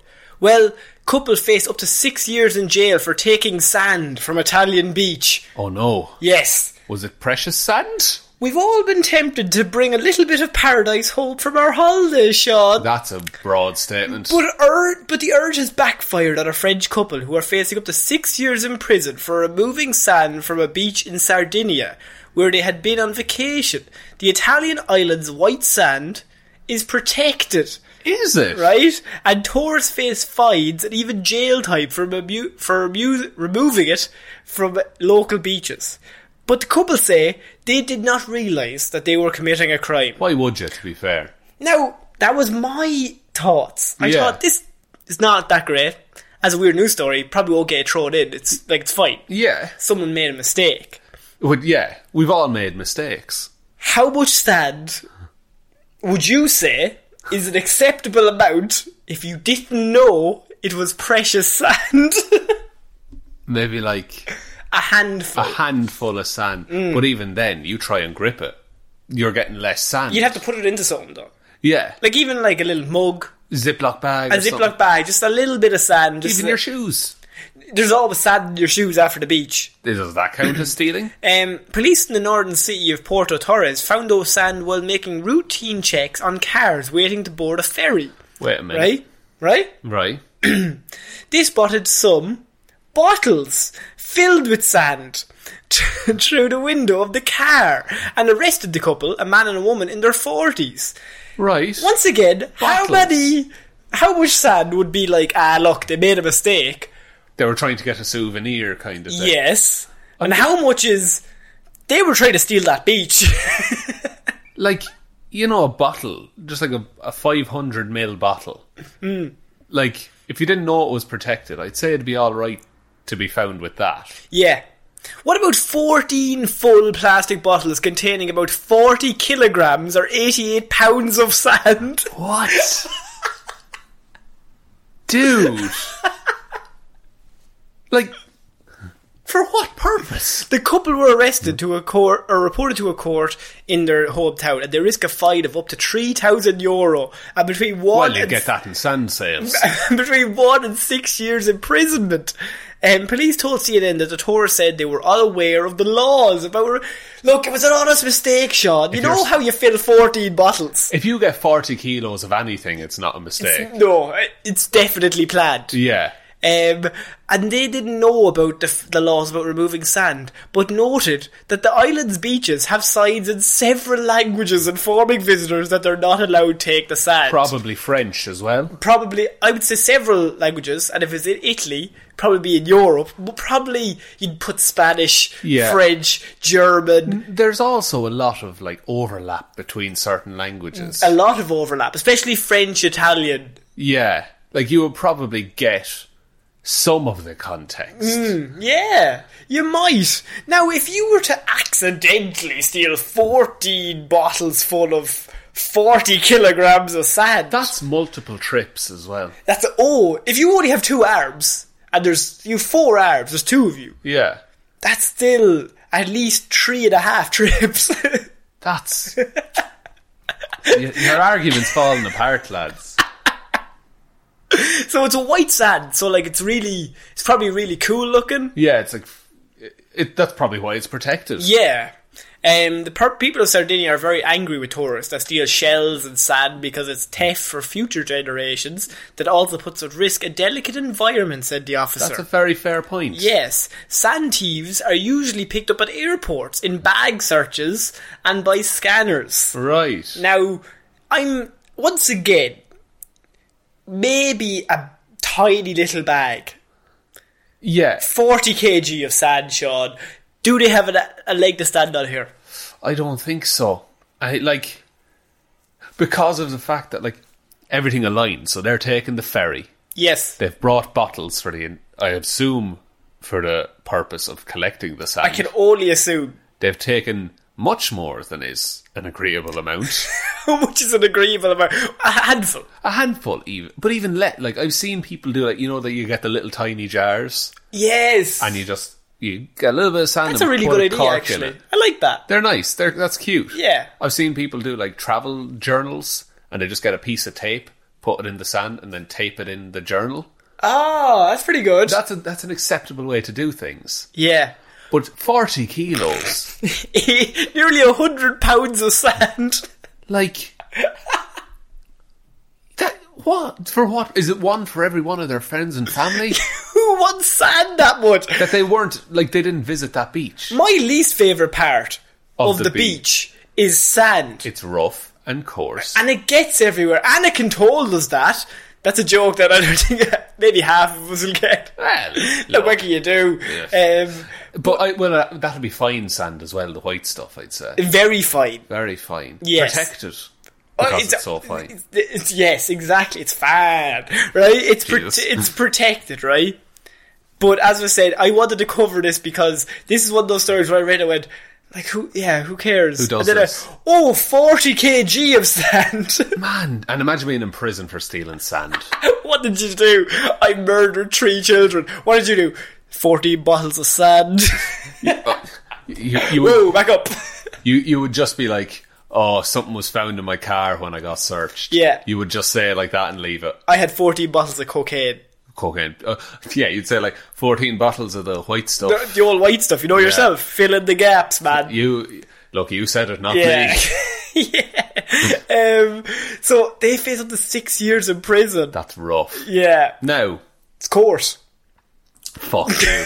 Speaker 1: Well, couple face up to six years in jail for taking sand from Italian beach.
Speaker 2: Oh no,
Speaker 1: Yes,
Speaker 2: was it precious sand?
Speaker 1: we've all been tempted to bring a little bit of paradise home from our holiday, Sean.
Speaker 2: That's a broad statement.
Speaker 1: But, ur- but the urge has backfired on a French couple who are facing up to six years in prison for removing sand from a beach in Sardinia where they had been on vacation. The Italian island's white sand is protected,
Speaker 2: Is it
Speaker 1: right? And tourists face fines and even jail time for, remu- for remu- removing it from local beaches. But the couple say they did not realise that they were committing a crime.
Speaker 2: Why would you? To be fair.
Speaker 1: Now, that was my thoughts. I
Speaker 2: Yeah.
Speaker 1: thought this is not that great. As a weird news story, probably won't get thrown in. It's like it's fine.
Speaker 2: Yeah.
Speaker 1: Someone made a mistake.
Speaker 2: Well, yeah, we've all made mistakes.
Speaker 1: How much sand would you say is an acceptable amount if you didn't know it was precious sand? *laughs*
Speaker 2: Maybe like
Speaker 1: a *laughs* handful.
Speaker 2: a handful of sand,
Speaker 1: Mm.
Speaker 2: but even then, you try and grip it, you're getting less sand.
Speaker 1: You'd have to put it into something though.
Speaker 2: yeah,
Speaker 1: Like even like a little mug,
Speaker 2: Ziploc bag,
Speaker 1: a
Speaker 2: or something.
Speaker 1: Ziploc bag, just a little bit of sand. Just
Speaker 2: even your shoes.
Speaker 1: There's always sand in your shoes after the beach.
Speaker 2: Does that count as stealing?
Speaker 1: Um, police in the northern city of Porto Torres found those sand while making routine checks on cars waiting to board a ferry.
Speaker 2: Wait a minute.
Speaker 1: Right? Right?
Speaker 2: Right.
Speaker 1: They spotted some bottles filled with sand *laughs* through the window of the car and arrested the couple, a man and a woman in their 40s.
Speaker 2: Right.
Speaker 1: Once again,
Speaker 2: Bottles.
Speaker 1: how many, how much sand would be like, ah, look, they made a mistake?
Speaker 2: They were trying to get a souvenir, kind of thing.
Speaker 1: Yes. And how much is They were trying to steal that beach. *laughs*
Speaker 2: like you know a bottle just like a, a 500 ml bottle Hmm. like if you didn't know it was protected i'd say it'd be all right to be found with that
Speaker 1: yeah. What about 14 full plastic bottles containing about 40 kilograms or 88 pounds of sand?
Speaker 2: what *laughs* dude like for what purpose
Speaker 1: The couple were arrested to a court or reported to a court in their hometown, and they risk a fine of up to three thousand euro and between one
Speaker 2: well you
Speaker 1: and
Speaker 2: get that in sand sales
Speaker 1: *laughs* between one and six years imprisonment. Um, police told CNN that the tourists said they were unaware of the laws about. Re- Look, it was an honest mistake, Sean. You
Speaker 2: If
Speaker 1: know
Speaker 2: you're-
Speaker 1: how you fill fourteen bottles.
Speaker 2: if you get 40 kilos of anything it's not a mistake
Speaker 1: No, it- it's definitely planned.
Speaker 2: yeah
Speaker 1: Um, and they didn't know about the, f- the laws about removing sand, but noted that the island's beaches have signs in several languages informing visitors that they're not allowed to take the sand.
Speaker 2: probably french as well
Speaker 1: probably, I would say several languages, and if it's in Italy, probably in Europe, but probably you'd put Spanish,
Speaker 2: Yeah. Mm.
Speaker 1: French, German.
Speaker 2: there's also a lot of like overlap between certain languages
Speaker 1: A lot of overlap, especially French, Italian.
Speaker 2: Yeah, like you would probably get some of the context.
Speaker 1: Yeah, you might. Now, if you were to accidentally steal 14 bottles full of 40 kilograms of sand,
Speaker 2: That's multiple trips as well.
Speaker 1: that's oh, if you only have two arms, and there's you have four arms, there's two of you,
Speaker 2: Yeah,
Speaker 1: that's still at least three and a half *laughs* trips.
Speaker 2: *laughs* that's Y- your argument's falling apart, lads.
Speaker 1: so it's a white sand, so like it's really, it's probably really cool looking.
Speaker 2: Yeah, it's like it, that's probably why it's protected.
Speaker 1: Yeah. Um, the per- people of Sardinia are very angry with tourists that steal shells and sand because it's theft for future generations that also puts at risk a delicate environment, said the officer.
Speaker 2: that's a very fair point.
Speaker 1: yes, sand thieves are usually picked up at airports in bag searches and by scanners.
Speaker 2: right.
Speaker 1: Now, I'm once again maybe a tiny little bag,
Speaker 2: Yeah,
Speaker 1: 40 kg of sand, Sean. Do they have a, a leg to stand on here?
Speaker 2: I don't think so. I like because of the fact that like everything aligns, so they're taking the ferry.
Speaker 1: Yes.
Speaker 2: They've brought bottles for the, I assume, for the purpose of collecting the sand.
Speaker 1: I can only assume *laughs*
Speaker 2: They've taken much more than is an
Speaker 1: *laughs*
Speaker 2: agreeable amount.
Speaker 1: how much is an agreeable amount. A handful.
Speaker 2: A handful, even. But even let, like, I've seen people do, like, you know, that you get the little tiny jars
Speaker 1: Yes.
Speaker 2: and you just, you get a little bit of sand
Speaker 1: That's a
Speaker 2: and
Speaker 1: really
Speaker 2: put
Speaker 1: good
Speaker 2: a
Speaker 1: idea,
Speaker 2: cork in
Speaker 1: actually.
Speaker 2: it.
Speaker 1: I like that.
Speaker 2: They're nice. They're, that's cute.
Speaker 1: Yeah.
Speaker 2: I've seen people do, like, travel journals and they just get a piece of tape, put it in the sand, and then tape it in the journal.
Speaker 1: Oh, that's pretty good.
Speaker 2: That's, a, that's an acceptable way to do things.
Speaker 1: yeah. *laughs*
Speaker 2: But 40 kilos.
Speaker 1: Nearly a hundred pounds of sand. *laughs*
Speaker 2: Like that what for what is it one for every one of their friends and *laughs* family
Speaker 1: Who wants sand that much?
Speaker 2: that they weren't like they didn't visit that beach.
Speaker 1: My least favourite part of,
Speaker 2: Of
Speaker 1: the,
Speaker 2: the
Speaker 1: beach. is sand.
Speaker 2: It's rough and coarse.
Speaker 1: and it gets everywhere. Anakin told us that. That's a joke that I don't think *laughs* maybe half of us will get. *laughs*
Speaker 2: Well,
Speaker 1: the
Speaker 2: look.
Speaker 1: wacky you do. Um,
Speaker 2: but I, well uh, that'll be fine sand as well the white stuff I'd say.
Speaker 1: very fine.
Speaker 2: Very fine.
Speaker 1: Yes.
Speaker 2: Protected
Speaker 1: Oh,
Speaker 2: because it's, so fine.
Speaker 1: it's- it's- yes, exactly. It's fine, right? It's pro-
Speaker 2: *laughs* Jesus.
Speaker 1: it's protected, right? But as I said, I wanted to cover this because this is one of those stories where I read it and went, like, who? Yeah, who cares?
Speaker 2: Who does
Speaker 1: and then I-
Speaker 2: this?
Speaker 1: oh, 40 kg of sand. *laughs*
Speaker 2: Man, and imagine being in prison for stealing *laughs* sand.
Speaker 1: what did you do? I murdered three children. What did you do? 14 bottles of sand. *laughs*
Speaker 2: You, you, would,
Speaker 1: Whoa, back up. *laughs*
Speaker 2: you, you would just be like, oh, something was found in my car when I got searched.
Speaker 1: Yeah.
Speaker 2: You would just say it like that and leave it.
Speaker 1: I had 14 bottles of cocaine.
Speaker 2: cocaine. Uh, yeah, you'd say like fourteen bottles of the white stuff.
Speaker 1: The, the old white stuff, you know yourself. Fill in the gaps, man.
Speaker 2: you look, you said it, not
Speaker 1: Yeah.
Speaker 2: me.
Speaker 1: *laughs* Um, so they face up to six years in prison.
Speaker 2: *laughs* That's rough.
Speaker 1: Yeah,
Speaker 2: No,
Speaker 1: it's course.
Speaker 2: fuck
Speaker 1: *laughs*
Speaker 2: you.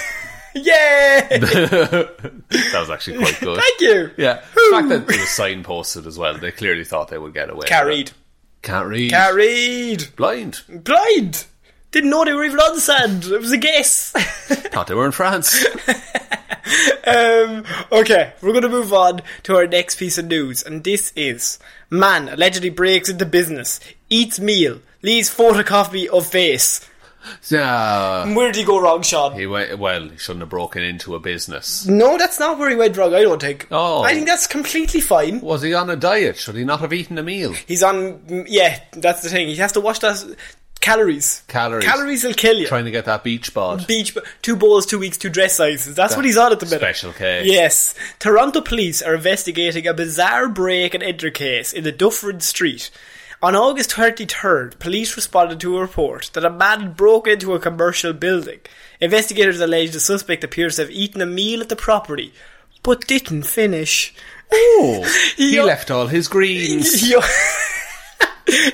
Speaker 1: Yay! *laughs* Thank
Speaker 2: That was actually quite good.
Speaker 1: you.
Speaker 2: Yeah, the fact that it was signposted as well. They clearly thought they would get away. with it.
Speaker 1: Carried.
Speaker 2: Can't read.
Speaker 1: Carried.
Speaker 2: Blind.
Speaker 1: *laughs* Blind. Didn't know they were even on sand. It was a guess. *laughs*
Speaker 2: Thought they were in France.
Speaker 1: Um, okay, we're going to move on to our next piece of news, and this is man allegedly breaks into business, eats meal, leaves photocopy of face.
Speaker 2: Ah,
Speaker 1: Where did he go wrong, Sean?
Speaker 2: he went, well, he shouldn't have broken into a business.
Speaker 1: No, that's not where he went wrong. I don't think.
Speaker 2: Oh.
Speaker 1: I think that's completely fine.
Speaker 2: Was he on a diet? Should he not have eaten a meal?
Speaker 1: He's on. mm, Yeah, that's the thing. He has to watch that calories.
Speaker 2: Calories.
Speaker 1: Calories will kill you.
Speaker 2: Trying to get that beach bod.
Speaker 1: Beach, b- two bowls, two weeks, two dress sizes. That's what he's on at the minute.
Speaker 2: Special case.
Speaker 1: Yes. Toronto police are investigating a bizarre break and enter case in the Dufferin Street. On August 23rd, police responded to a report that a man broke into a commercial building. Investigators allege the suspect appears to have eaten a meal at the property, but didn't finish.
Speaker 2: Oh,
Speaker 1: *laughs*
Speaker 2: he,
Speaker 1: He-
Speaker 2: left all
Speaker 1: *laughs*
Speaker 2: his greens.
Speaker 1: He,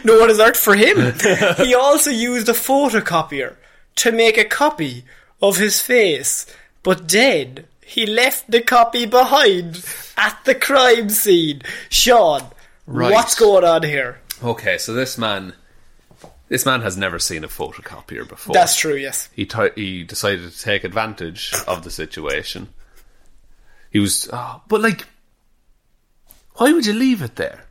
Speaker 1: no one is out for him. he also used a photocopier to make a copy of his face, but then he left the copy behind at the crime scene. Sean,
Speaker 2: Right.
Speaker 1: what's going on here?
Speaker 2: Okay, so this man, this man has never seen a photocopier before.
Speaker 1: That's true, yes.
Speaker 2: he t- he decided to take advantage of the situation. He was, ah, but like, why would you leave it there?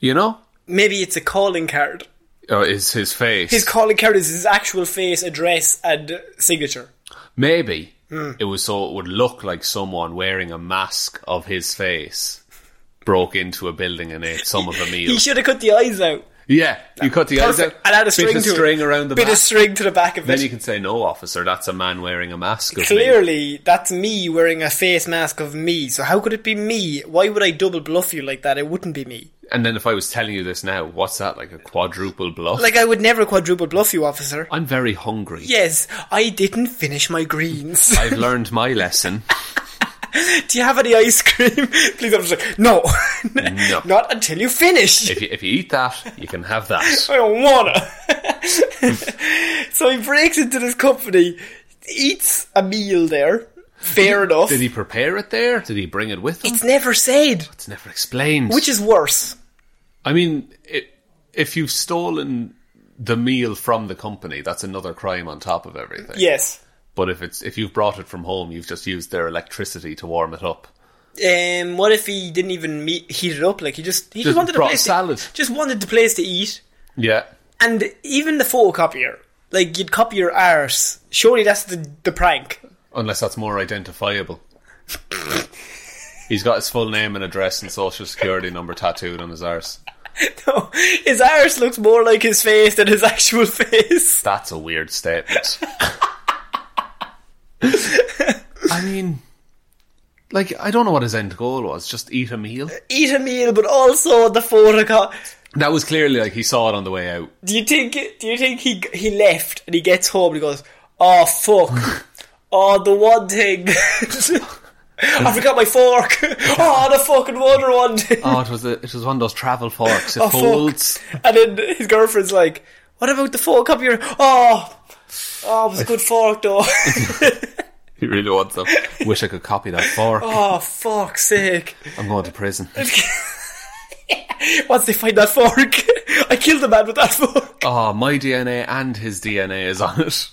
Speaker 2: You know,
Speaker 1: Maybe it's a calling card.
Speaker 2: or is his face?
Speaker 1: His calling card is his actual face, address, and signature.
Speaker 2: Maybe
Speaker 1: Hmm.
Speaker 2: it was so it would look like someone wearing a mask of his face broke into a building and ate some of a meal.
Speaker 1: He should have cut the eyes out.
Speaker 2: yeah, you cut the eyes out,
Speaker 1: Perfect. And add a
Speaker 2: bit
Speaker 1: string
Speaker 2: of
Speaker 1: to it.
Speaker 2: string around the
Speaker 1: Bit
Speaker 2: back.
Speaker 1: of string to the back of
Speaker 2: Then
Speaker 1: it.
Speaker 2: you can say, "No, officer, that's a man wearing a mask." Of me."
Speaker 1: Clearly, that's me wearing a face mask of me. So how could it be me? Why would I double bluff you like that? It wouldn't be me.
Speaker 2: And then if I was telling you this now, what's that like a quadruple bluff?
Speaker 1: Like I would never quadruple bluff you, officer.
Speaker 2: I'm very hungry.
Speaker 1: Yes, I didn't finish my greens. *laughs*
Speaker 2: I've learned my lesson.
Speaker 1: Do you have any ice cream? *laughs* Please, officer. No, *laughs*
Speaker 2: No.
Speaker 1: not until you finish.
Speaker 2: If you, if you eat that, you can have
Speaker 1: *laughs*
Speaker 2: that.
Speaker 1: I don't wanna. so he breaks into this company, eats a meal there. Fair enough.
Speaker 2: Did he prepare it there? Did he bring it with him?
Speaker 1: It's never said,
Speaker 2: It's never explained.
Speaker 1: which is worse.
Speaker 2: I mean, it, if you've stolen the meal from the company, that's another crime on top of everything.
Speaker 1: Yes.
Speaker 2: But if it's if you've brought it from home, you've just used their electricity to warm it up.
Speaker 1: Um, what if he didn't even meet, heat it up? Like he just he just,
Speaker 2: Just
Speaker 1: wanted a
Speaker 2: brought
Speaker 1: place
Speaker 2: salad.
Speaker 1: To, just wanted the place to eat,
Speaker 2: Yeah.
Speaker 1: and even the photocopier. Like you'd copy your arse. Surely that's the the prank. *laughs*
Speaker 2: Unless that's more identifiable. He's got his full name and address and social security number tattooed on his arse.
Speaker 1: No, his arse looks more like his face than his *laughs* actual face.
Speaker 2: That's a weird statement. *laughs* I mean, like, I don't know what his end goal was. Just eat a meal.
Speaker 1: Eat a meal, but also the photocop.
Speaker 2: That was clearly like he saw it on the way out.
Speaker 1: Do you think? Do you think he he left and he gets home and he goes, "Oh fuck,
Speaker 2: *laughs*
Speaker 1: oh the one thing." *laughs* I forgot my fork. *laughs* Oh, the fucking water one. thing."
Speaker 2: *laughs* Oh, it was a, it was one of those travel forks. It
Speaker 1: Oh, fuck.
Speaker 2: folds.
Speaker 1: And then his girlfriend's like, "What about the fork up your? Oh, oh, it was a good fork though.
Speaker 2: *laughs* He really wants them. Wish I could copy that fork.
Speaker 1: oh, fuck's sake!
Speaker 2: I'm going to prison.
Speaker 1: Once they find that fork, *laughs* I killed the man with that fork.
Speaker 2: Oh, my DNA and his DNA is on it.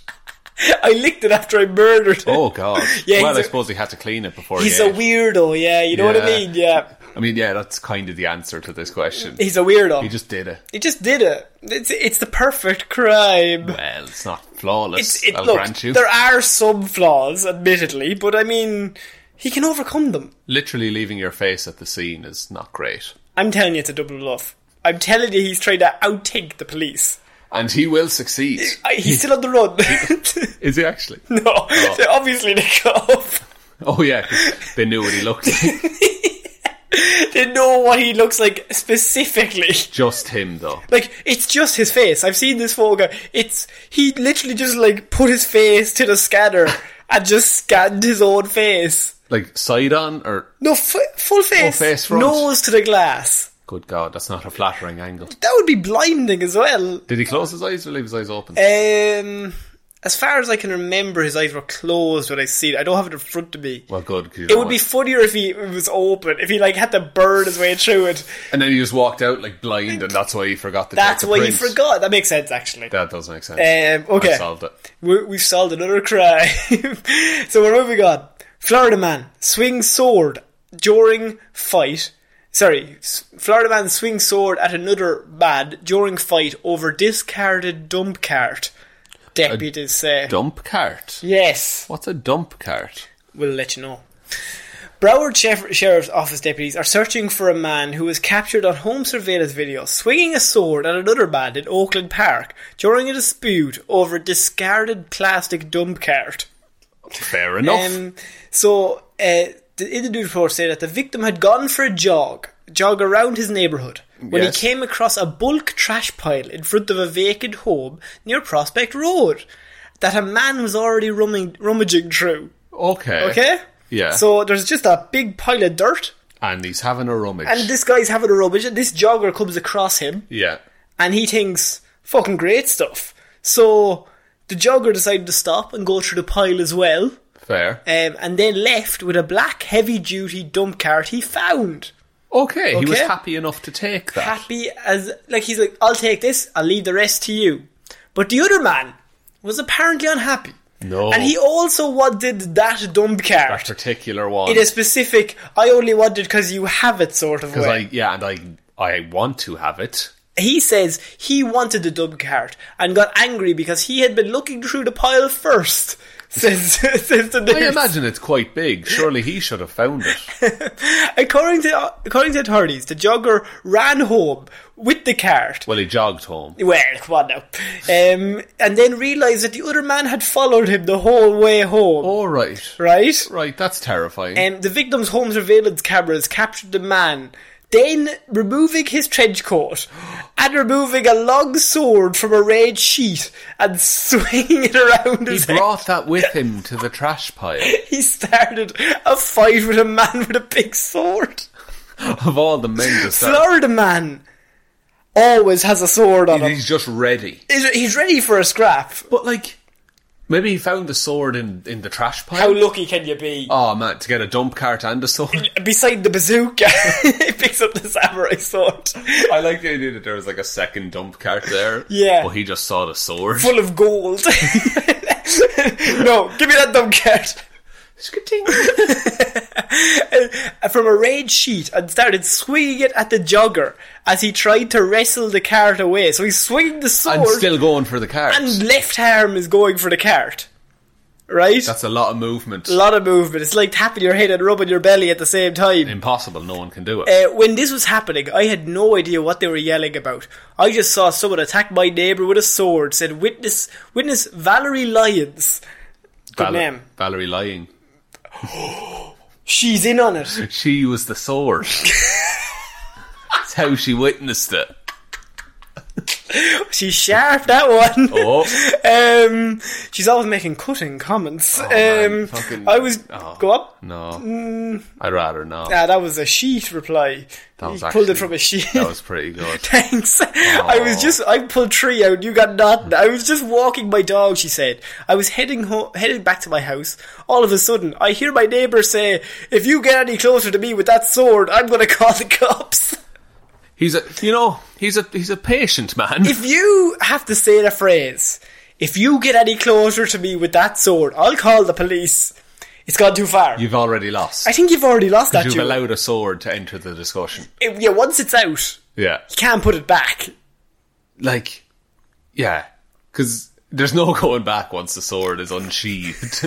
Speaker 1: I licked it after I murdered it.
Speaker 2: Oh God.
Speaker 1: *laughs* Yeah,
Speaker 2: well,
Speaker 1: he's
Speaker 2: I
Speaker 1: a-
Speaker 2: suppose he had to clean it before.
Speaker 1: He's
Speaker 2: he
Speaker 1: a
Speaker 2: ate.
Speaker 1: weirdo, yeah. You know what I
Speaker 2: Yeah.
Speaker 1: mean? Yeah,
Speaker 2: I mean, yeah, that's kind of the answer to this question.
Speaker 1: he's a weirdo.
Speaker 2: He just did it.
Speaker 1: he just did it. It's it's the perfect crime.
Speaker 2: Well, it's not flawless.
Speaker 1: It's it.
Speaker 2: I'll
Speaker 1: Look,
Speaker 2: grant you.
Speaker 1: there are some flaws, admittedly, but I mean, he can overcome them.
Speaker 2: Literally leaving your face at the scene is not great.
Speaker 1: I'm telling you, it's a double bluff. I'm telling you, he's trying to outthink the police.
Speaker 2: And he will succeed.
Speaker 1: I, he's still on the run.
Speaker 2: Is he Oh. actually?
Speaker 1: *laughs* no, they obviously they got off.
Speaker 2: *laughs* Oh yeah, 'cause they knew what he looked like. *laughs*
Speaker 1: They know what he looks like specifically.
Speaker 2: Just him though.
Speaker 1: Like it's just his face. I've seen this photo. It's he literally just like put his face to the
Speaker 2: *laughs*
Speaker 1: scanner and just scanned his own face.
Speaker 2: Like side on or
Speaker 1: No, f- full face,
Speaker 2: face front.
Speaker 1: nose to the glass.
Speaker 2: Good God, that's not a flattering angle.
Speaker 1: That would be blinding as well.
Speaker 2: Did he close his eyes or leave his eyes open?
Speaker 1: Um, as far as I can remember, his eyes were closed when I seen it. I don't have it in front of me.
Speaker 2: well, good. 'cause you
Speaker 1: It
Speaker 2: know
Speaker 1: would be
Speaker 2: what.
Speaker 1: funnier if he was open, if he like had to burn his way through it.
Speaker 2: and then he just walked out like blind, and that's why he forgot to.
Speaker 1: That's
Speaker 2: take the
Speaker 1: why he
Speaker 2: print.
Speaker 1: forgot. That makes sense, actually.
Speaker 2: That does make sense.
Speaker 1: Um, okay.
Speaker 2: I solved it.
Speaker 1: *laughs* We- We've solved another crime. so we're moving on. Florida man swings sword during fight. Sorry, s- Florida man swings sword at another man during fight over discarded dump cart. Deputies say.
Speaker 2: Dump cart.
Speaker 1: yes,
Speaker 2: What's a dump cart?
Speaker 1: we'll let you know. Broward Sheriff- Sheriff's Office deputies are searching for a man who was captured on home surveillance video swinging a sword at another man in Oakland Park during a dispute over a discarded plastic dump cart.
Speaker 2: Fair enough.
Speaker 1: Um, so, uh, the, in the news report said that the victim had gone for a jog, jog around his neighbourhood, when
Speaker 2: Yes.
Speaker 1: he came across a bulk trash pile in front of a vacant home near Prospect Road that a man was already rumming, rummaging through.
Speaker 2: okay.
Speaker 1: Okay?
Speaker 2: Yeah.
Speaker 1: So there's just a big pile of dirt,
Speaker 2: and he's having a rummage.
Speaker 1: and this guy's having a rubbish, and this jogger comes across him,
Speaker 2: yeah.
Speaker 1: and he thinks, fucking great stuff. So the jogger decided to stop and go through the pile as well
Speaker 2: Fair.
Speaker 1: um, and then left with a black heavy duty dump cart he found.
Speaker 2: okay. He was
Speaker 1: okay.
Speaker 2: happy enough to take that.
Speaker 1: Happy as, like, he's like, I'll take this, I'll leave the rest to you. But the other man was apparently unhappy.
Speaker 2: No.
Speaker 1: And he also wanted that dump
Speaker 2: that
Speaker 1: cart
Speaker 2: particular one.
Speaker 1: in a specific, I only wanted because you have it sort of way.
Speaker 2: Because I yeah, and I I want to have it.
Speaker 1: He says he wanted the dump cart and got angry because he had been looking through the pile first. *laughs* Says, says the
Speaker 2: I
Speaker 1: nurse.
Speaker 2: imagine it's quite big. Surely he should have found it.
Speaker 1: According to according to authorities, the jogger ran home with the cart.
Speaker 2: Well, he jogged home.
Speaker 1: Well, come on now. Um, and then realised that the other man had followed him the whole way home.
Speaker 2: All right,
Speaker 1: Right?
Speaker 2: right. That's terrifying.
Speaker 1: Um, the victim's home surveillance cameras captured the man, then removing his trench coat and removing a long sword from a red sheet and *laughs* swinging it around
Speaker 2: he
Speaker 1: his head.
Speaker 2: brought that with him to the trash pile.
Speaker 1: He started a fight with a man with a big sword.
Speaker 2: Of all the men, to start,
Speaker 1: Florida man always has a sword on him.
Speaker 2: he's just ready.
Speaker 1: He's he's ready for a scrap.
Speaker 2: But like, maybe he found the sword in in the trash pile.
Speaker 1: How lucky can you be?
Speaker 2: Oh man, to get a dump cart and a sword.
Speaker 1: Beside the bazooka, *laughs* he picks up the samurai sword,
Speaker 2: I like the idea that there was like a second dump cart there.
Speaker 1: *laughs* Yeah.
Speaker 2: But he just saw the sword.
Speaker 1: full of gold. *laughs* no, give me that dumb cat. *laughs* From a raid sheet and started swinging it at the jogger as he tried to wrestle the cart away. So he's swinging the sword,
Speaker 2: and still going for the cart.
Speaker 1: and left arm is going for the cart. Right?
Speaker 2: That's a lot of movement.
Speaker 1: a lot of movement. It's like tapping your head and rubbing your belly at the same time.
Speaker 2: Impossible. No one can do it.
Speaker 1: Uh, when this was happening, I had no idea what they were yelling about. I just saw someone attack my neighbour with a sword. Said witness, witness Valerie Lyons. Good
Speaker 2: Val-
Speaker 1: name.
Speaker 2: Valerie lying.
Speaker 1: She's in on it.
Speaker 2: She was
Speaker 1: *laughs*
Speaker 2: the sword. That's how she witnessed it.
Speaker 1: She's sharp that one.
Speaker 2: Oh,
Speaker 1: *laughs* Um, she's always making cutting comments.
Speaker 2: Oh, man,
Speaker 1: um,
Speaker 2: fucking-
Speaker 1: I was
Speaker 2: oh.
Speaker 1: go up.
Speaker 2: no.
Speaker 1: Mm.
Speaker 2: I'd rather not.
Speaker 1: Ah, that was a sheet reply.
Speaker 2: That was
Speaker 1: you pulled
Speaker 2: actually-
Speaker 1: it from a sheet.
Speaker 2: That was Oh. pretty
Speaker 1: *laughs*
Speaker 2: good.
Speaker 1: Thanks. I was just I pulled three out. You got nothing. I was just walking my dog. She said. I was heading home, heading back to my house. All of a sudden, I hear my neighbour say, "If you get any closer to me with that sword, I'm going to call the cops."
Speaker 2: He's a, you know, he's a he's a patient man.
Speaker 1: If you have to say the phrase, "If you get any closer to me with that sword, I'll call the police," it's gone too far.
Speaker 2: You've already lost.
Speaker 1: I think you've already lost that.
Speaker 2: You've
Speaker 1: Jewel.
Speaker 2: allowed a sword to enter the discussion.
Speaker 1: It- yeah, once it's out,
Speaker 2: Yeah,
Speaker 1: you can't put it back. *laughs*
Speaker 2: like, yeah, because there's no *laughs* going back once the sword is
Speaker 1: *laughs*
Speaker 2: unsheathed.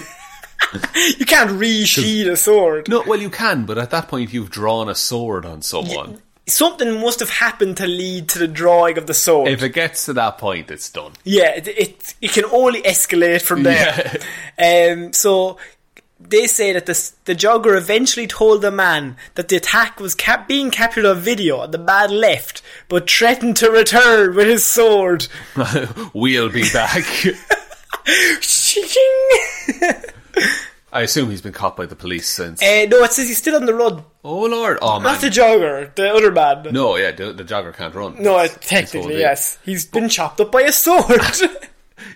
Speaker 1: You can't re-sheathe a sword.
Speaker 2: no, well, you can, but at that point, you've drawn a sword on someone.
Speaker 1: something must have happened to lead to the drawing of the sword.
Speaker 2: If it gets to that point, it's done.
Speaker 1: yeah, it, it it can only escalate from there. Um, so they say that the s- the jogger eventually told the man that the attack was cap- being captured on video, and the man left, but threatened to return with his sword.
Speaker 2: *laughs* we'll be back. *laughs*
Speaker 1: Shing!
Speaker 2: I assume he's been caught by the police since.
Speaker 1: uh, no, it says he's still on the run.
Speaker 2: oh lord! Oh man!
Speaker 1: Not the jogger, the other man.
Speaker 2: no, yeah, the, the jogger can't run.
Speaker 1: No,
Speaker 2: It's- it's all
Speaker 1: technically
Speaker 2: there.
Speaker 1: yes, he's been chopped up by a sword. *laughs*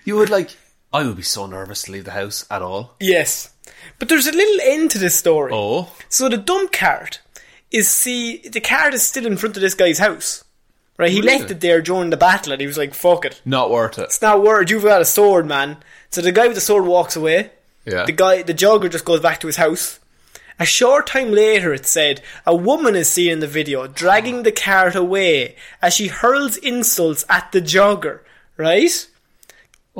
Speaker 2: You would like. I would be so nervous to leave the house at all.
Speaker 1: yes, but there's a little end to this story.
Speaker 2: Oh,
Speaker 1: So the dump cart is see the cart is still in front of this guy's house. Right, he
Speaker 2: Really?
Speaker 1: left it there during the battle and he was like, fuck it.
Speaker 2: not worth it.
Speaker 1: It's not worth you've got a sword, man. So the guy with the sword walks away
Speaker 2: Yeah.
Speaker 1: The guy, the jogger, just goes back to his house. A short time later, it said a woman is seen in the video dragging the cart away as she hurls insults at the jogger. Right?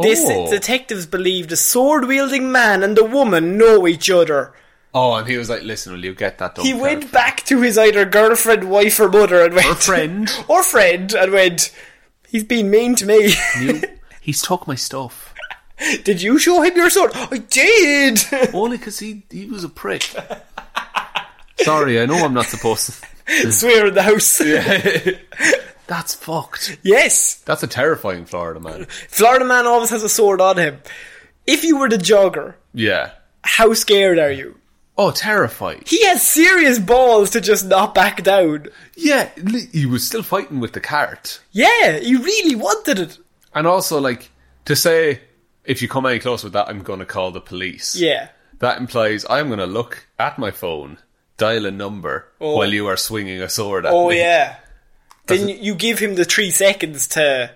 Speaker 1: This
Speaker 2: Oh.
Speaker 1: detectives believe the sword wielding man and the woman know each other.
Speaker 2: oh, and he was like, "Listen, will you get that done?"
Speaker 1: He
Speaker 2: first?"
Speaker 1: went back to his either girlfriend, wife, or mother, and went
Speaker 2: friend.
Speaker 1: *laughs* or friend, and went. He's been mean to me.
Speaker 2: You- He's took my stuff
Speaker 1: *laughs* did you show him your sword? I did. *laughs*
Speaker 2: only because he he was a prick. *laughs* Sorry, I know I'm not supposed to.
Speaker 1: Swear in the
Speaker 2: *laughs*
Speaker 1: house.
Speaker 2: That's fucked.
Speaker 1: *laughs* Yes,
Speaker 2: That's a terrifying Florida man.
Speaker 1: Florida man always has a sword on him. If you were the jogger,
Speaker 2: Yeah.
Speaker 1: how scared are you?
Speaker 2: Oh, terrified.
Speaker 1: He has serious balls to just not back down.
Speaker 2: Yeah, li- he was still fighting with the cart.
Speaker 1: Yeah, he really wanted it.
Speaker 2: And also, like, to say, if you come any close with that, I'm going to call the police.
Speaker 1: Yeah.
Speaker 2: That implies I'm going to look at my phone, dial a number
Speaker 1: Oh.
Speaker 2: while you are swinging a sword at
Speaker 1: Oh
Speaker 2: me.
Speaker 1: yeah. Then you you give him the three seconds to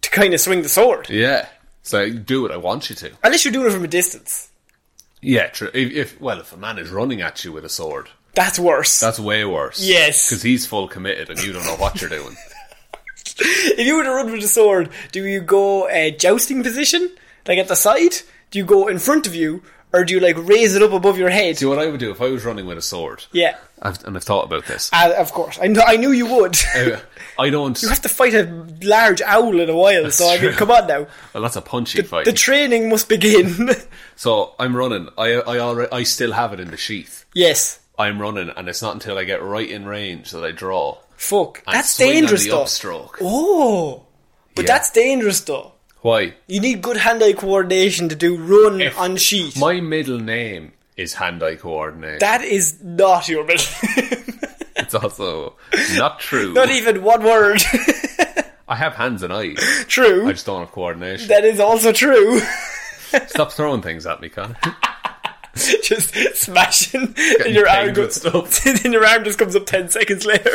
Speaker 1: to kind of swing the sword.
Speaker 2: Yeah. So do what I want you to.
Speaker 1: Unless you're doing it from a distance.
Speaker 2: Yeah, true. If, if well, if a man is running at you with a sword,
Speaker 1: That's worse.
Speaker 2: that's way worse.
Speaker 1: Yes.
Speaker 2: because he's full committed and you don't know what you're
Speaker 1: *laughs*
Speaker 2: doing.
Speaker 1: *laughs* if you were to run with a sword, do you go uh, jousting position? Like at the side? Do you go in front of you? Or do you like raise it up above your head?
Speaker 2: See what I would do if I was running with a sword.
Speaker 1: yeah.
Speaker 2: I've, and I've thought about this.
Speaker 1: Uh, of course. I, kn- I knew you would.
Speaker 2: Uh, I
Speaker 1: *laughs*
Speaker 2: don't.
Speaker 1: you have to fight a large owl in a while, so I mean,
Speaker 2: true.
Speaker 1: come on now.
Speaker 2: Well, that's a punchy fight.
Speaker 1: The training must begin. *laughs*
Speaker 2: so I'm running. I I already I still have it in the sheath.
Speaker 1: yes.
Speaker 2: I'm running, and it's not until I get right in range that I draw.
Speaker 1: Fuck.
Speaker 2: And
Speaker 1: that's
Speaker 2: swing on
Speaker 1: dangerous
Speaker 2: the
Speaker 1: though.
Speaker 2: upstroke.
Speaker 1: Oh. But
Speaker 2: Yeah.
Speaker 1: that's dangerous though.
Speaker 2: Why?
Speaker 1: You need good hand-eye coordination to do run on sheet.
Speaker 2: My middle name is hand-eye coordination.
Speaker 1: that is not your middle.
Speaker 2: it's also not
Speaker 1: *laughs*
Speaker 2: true.
Speaker 1: not even one word. *laughs*
Speaker 2: I have hands and eyes.
Speaker 1: True.
Speaker 2: I just don't have coordination.
Speaker 1: That is also true. *laughs*
Speaker 2: Stop throwing things at me, Connor.
Speaker 1: *laughs* just smashing, and your arm
Speaker 2: pinged with
Speaker 1: goes. *laughs* then your arm just comes up ten seconds
Speaker 2: *laughs*
Speaker 1: later.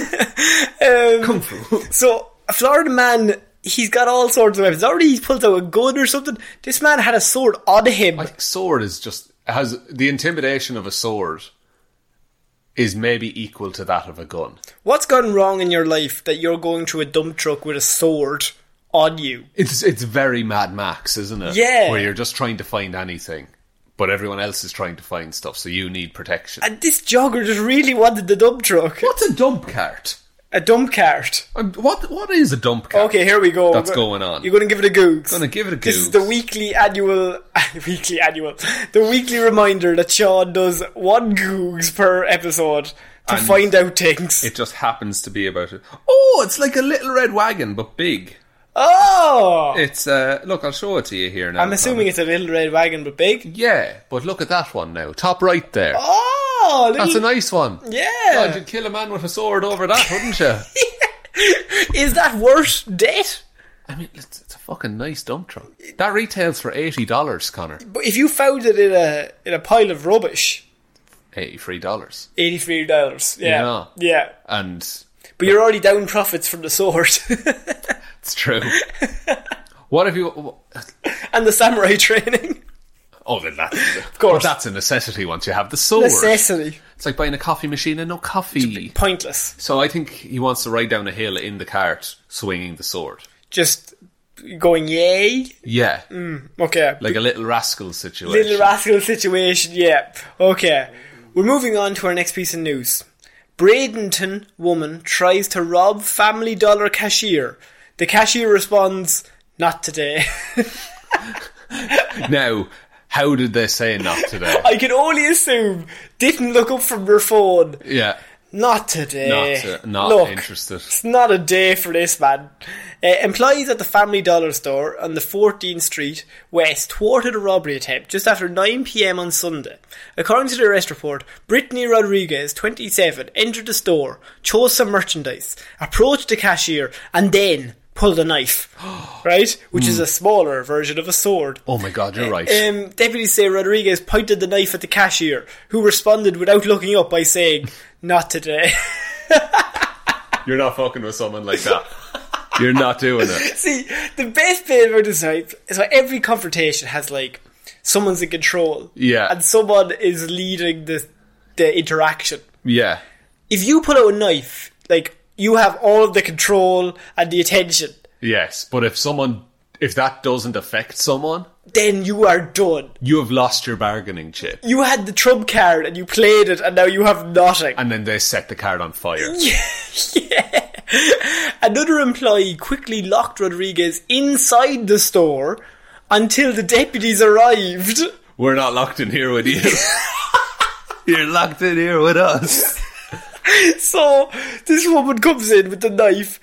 Speaker 1: Um,
Speaker 2: Kung fu.
Speaker 1: *laughs* So a Florida man, he's got all sorts of weapons. Already he pulls out a gun or something. This man had a sword on him.
Speaker 2: I think sword is just has the intimidation of a sword is maybe equal to that of a gun.
Speaker 1: What's gone wrong in your life that you're going through a dump truck with a sword on you?
Speaker 2: It's it's very Mad Max, isn't it?
Speaker 1: Yeah.
Speaker 2: Where you're just trying to find anything, but everyone else is trying to find stuff, so you need protection.
Speaker 1: And this jogger just really wanted the dump truck.
Speaker 2: What's a dump cart?
Speaker 1: A dump cart.
Speaker 2: Um, what what is a dump cart?
Speaker 1: Okay, here we go.
Speaker 2: That's
Speaker 1: We're-
Speaker 2: going on.
Speaker 1: You're going to give it a goog.
Speaker 2: Gonna give it a
Speaker 1: This is
Speaker 2: goog.
Speaker 1: the weekly annual, *laughs* weekly annual, the weekly reminder that Sean does one googs per episode to
Speaker 2: And
Speaker 1: find out things.
Speaker 2: It just happens to be about it. Oh, it's like a little red wagon, but big.
Speaker 1: oh,
Speaker 2: It's uh, look, I'll show it to you here now.
Speaker 1: I'm assuming it's a little red wagon but big.
Speaker 2: Yeah, but look at that one now, top right there.
Speaker 1: Oh, little,
Speaker 2: That's a nice Oh, one. God,
Speaker 1: yeah.
Speaker 2: you'd kill a man with a sword over that,
Speaker 1: *laughs*
Speaker 2: wouldn't you?
Speaker 1: Is that worth debt?
Speaker 2: I mean, it's, it's a fucking nice dump truck. That retails for eighty dollars, Connor.
Speaker 1: But if you found it in a in a pile of rubbish,
Speaker 2: Eighty-three dollars,
Speaker 1: eighty three dollars. Yeah. yeah,
Speaker 2: Yeah. and
Speaker 1: But you're already down profits from the sword *laughs*
Speaker 2: it's true. what if you?
Speaker 1: and the samurai training
Speaker 2: Oh, then that's of
Speaker 1: course.
Speaker 2: that's a necessity once you have the sword.
Speaker 1: necessity.
Speaker 2: It's like buying a coffee machine and no coffee.
Speaker 1: Pointless.
Speaker 2: So I think he wants to ride down a hill in the cart, swinging the sword.
Speaker 1: Just going yay.
Speaker 2: Yeah,
Speaker 1: Okay.
Speaker 2: like a little rascal situation.
Speaker 1: Mm. Little rascal situation, yeah. Okay. We're moving on to our next piece of news. Bradenton woman tries to rob family dollar cashier. The cashier responds, not today. *laughs*
Speaker 2: now, how did they say not today?
Speaker 1: *laughs* I can only assume didn't look up from her phone.
Speaker 2: yeah,
Speaker 1: Not today.
Speaker 2: not uh, not
Speaker 1: Eh, Look,
Speaker 2: interested.
Speaker 1: It's not a day for this man. Uh, employees at the Family Dollar store on the 14th Street West thwarted a robbery attempt just after 9 pm on Sunday. According to the arrest report, Brittany Rodriguez, 27, entered the store, chose some merchandise, approached the cashier, and then pulled a knife. right? Which is a smaller version of a sword.
Speaker 2: Oh my god, you're right.
Speaker 1: Um, deputies say Rodriguez pointed the knife at the cashier, who responded without looking up by saying, Not today. *laughs*
Speaker 2: You're not fucking with someone like that. *laughs* You're not doing it.
Speaker 1: See, the best bit about this right is like every confrontation has like someone's in control.
Speaker 2: Yeah.
Speaker 1: And someone is leading the the interaction.
Speaker 2: Yeah.
Speaker 1: If you put out a knife, like you have all of the control and the attention,
Speaker 2: Yes. But if someone, if that doesn't affect someone,
Speaker 1: then you are done.
Speaker 2: you have lost your bargaining chip.
Speaker 1: You had the trump card and you played it and now you have nothing.
Speaker 2: And then they set the card on fire.
Speaker 1: *laughs* Another employee quickly locked Rodriguez inside the store until the deputies arrived.
Speaker 2: We're not locked in here with you. *laughs* You're locked in here with us.
Speaker 1: So this woman comes in with the knife.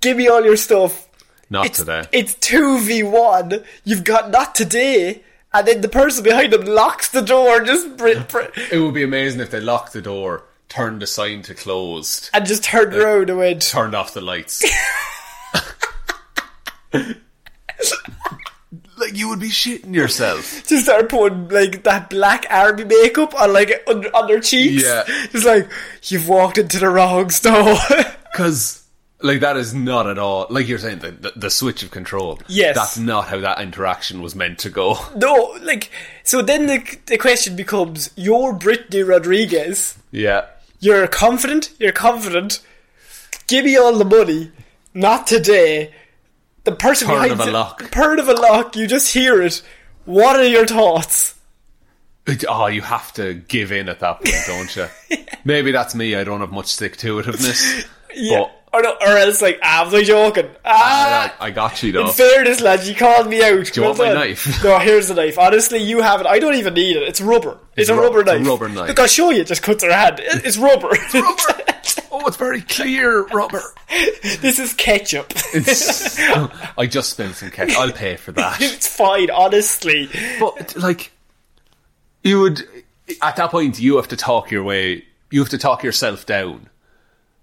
Speaker 1: Give me all your stuff.
Speaker 2: Not
Speaker 1: It's,
Speaker 2: today.
Speaker 1: it's 2v1. You've got not today. And then the person behind him locks the door and just br-
Speaker 2: *laughs*
Speaker 1: br-
Speaker 2: It would be amazing if they locked the door, turned the sign to closed,
Speaker 1: and just turned around and went,
Speaker 2: turned off the lights. *laughs* like you would be shitting yourself.
Speaker 1: just started putting like that black army makeup on like on, on their cheeks.
Speaker 2: Yeah.
Speaker 1: Just like, you've walked into the wrong store. *laughs*
Speaker 2: Because like that is not at all like you're saying the, the the switch of control.
Speaker 1: Yes.
Speaker 2: that's not how that interaction was meant to go. *laughs*
Speaker 1: no, like, so then the, the question becomes, you're Brittany Rodriguez.
Speaker 2: Yeah,
Speaker 1: You're confident, you're confident. Give me all the money. Not today. The person
Speaker 2: Turn
Speaker 1: behind
Speaker 2: of a
Speaker 1: it-
Speaker 2: lock.
Speaker 1: Turn of a lock, you just hear it. What are your thoughts?
Speaker 2: It- oh, you have to give in at that point,
Speaker 1: *laughs*
Speaker 2: don't you? Maybe that's me. I don't have much stick to itiveness.
Speaker 1: Yeah.
Speaker 2: But
Speaker 1: Or, no, or else, like, ah, was I joking? Ah!
Speaker 2: I, I got you
Speaker 1: In
Speaker 2: though.
Speaker 1: fairness, lad, you called me out.
Speaker 2: Oh. Do you want my
Speaker 1: *laughs*
Speaker 2: knife?
Speaker 1: No, here's the knife. Honestly, you have it. I don't even need it. It's rubber. It's,
Speaker 2: It's
Speaker 1: a
Speaker 2: ru-
Speaker 1: rubber
Speaker 2: it's a
Speaker 1: knife.
Speaker 2: rubber knife.
Speaker 1: Look, I'll show you. It just cuts her hand. It- It's rubber.
Speaker 2: oh, it's very clear, Robert.
Speaker 1: *laughs* this is ketchup. *laughs*
Speaker 2: It's- I just spent some cash. I'll pay
Speaker 1: *laughs*
Speaker 2: for that.
Speaker 1: it's fine, honestly.
Speaker 2: But like, you would at that point you have to talk your way. You have to talk yourself down.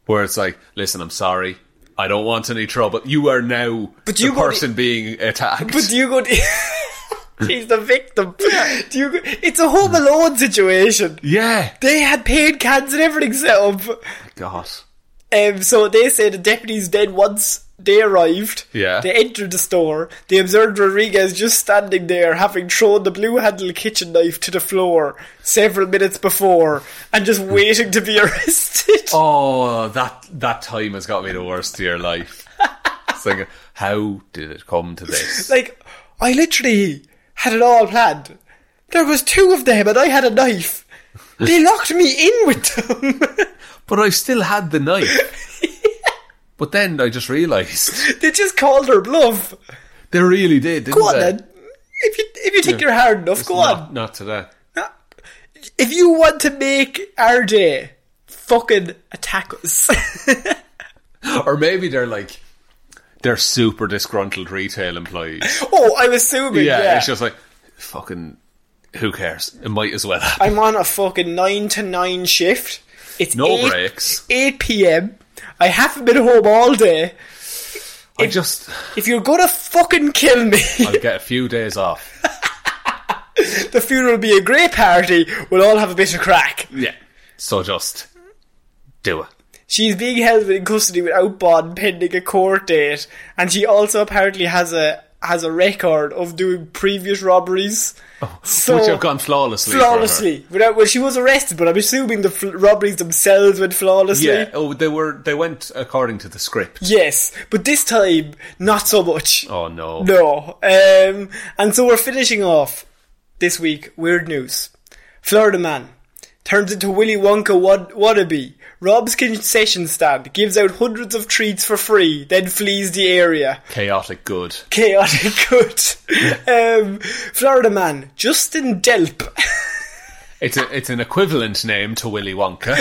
Speaker 2: Where it's like, listen, I'm sorry. I don't want any trouble. You are now
Speaker 1: But
Speaker 2: the
Speaker 1: you go to-
Speaker 2: person being attacked.
Speaker 1: But do you go? *laughs* He's the victim. Do you? Go, it's a Home Alone situation.
Speaker 2: yeah,
Speaker 1: They had paint cans and everything set up.
Speaker 2: God,
Speaker 1: Um, so they say the deputies then once they arrived,
Speaker 2: Yeah.
Speaker 1: they entered the store. They observed Rodriguez just standing there, having thrown the blue-handled kitchen knife to the floor several minutes before, and just waiting to be *laughs* arrested.
Speaker 2: oh, that that time has got me the worst of your life. *laughs* It's like, how did it come to
Speaker 1: *laughs*
Speaker 2: this?
Speaker 1: Like, I literally had it all planned. There was two of them, and I had a knife.
Speaker 2: *laughs*
Speaker 1: They locked me in with them. *laughs*
Speaker 2: But I still had the knife. but then I just realised.
Speaker 1: they just called her bluff.
Speaker 2: They really did, didn't
Speaker 1: Go on
Speaker 2: they?
Speaker 1: then. If you if you think you're hard enough, go
Speaker 2: not,
Speaker 1: on.
Speaker 2: Not today.
Speaker 1: If you want to make our day, fucking attack
Speaker 2: *laughs*
Speaker 1: us.
Speaker 2: Or maybe they're like, they're super disgruntled retail employees.
Speaker 1: oh, I'm assuming.
Speaker 2: *laughs* Yeah,
Speaker 1: Yeah,
Speaker 2: it's just like, fucking, who cares? It might as well happen.
Speaker 1: I'm on a fucking nine to nine shift. It's
Speaker 2: No
Speaker 1: 8,
Speaker 2: breaks.
Speaker 1: Eight p.m. I haven't been home all day.
Speaker 2: I just,
Speaker 1: If you're gonna fucking kill me,
Speaker 2: I'll get a few days off.
Speaker 1: the funeral will be a great party. We'll all have a bit of crack.
Speaker 2: *laughs* Yeah. So just do it.
Speaker 1: She's being held in custody without bond pending a court date, and she also apparently has a has a record of doing previous robberies. so
Speaker 2: Oh, Which have gone flawlessly. for her.
Speaker 1: flawlessly. Without, well, she was arrested, but I'm assuming the fl- robberies themselves went flawlessly.
Speaker 2: Yeah. Oh, they were. They went according to the script.
Speaker 1: Yes, but this time not so much.
Speaker 2: Oh no.
Speaker 1: No. Um, and so we're finishing off this week. Weird news. Florida man turns into Willy Wonka wad- wannabe, robs concession stand, gives out hundreds of treats for free, then flees the area. *laughs*
Speaker 2: Chaotic good.
Speaker 1: Chaotic good.
Speaker 2: *laughs*
Speaker 1: um, Florida man Justin Delp. *laughs*
Speaker 2: It's a, it's an equivalent name to Willy *laughs* Wonka.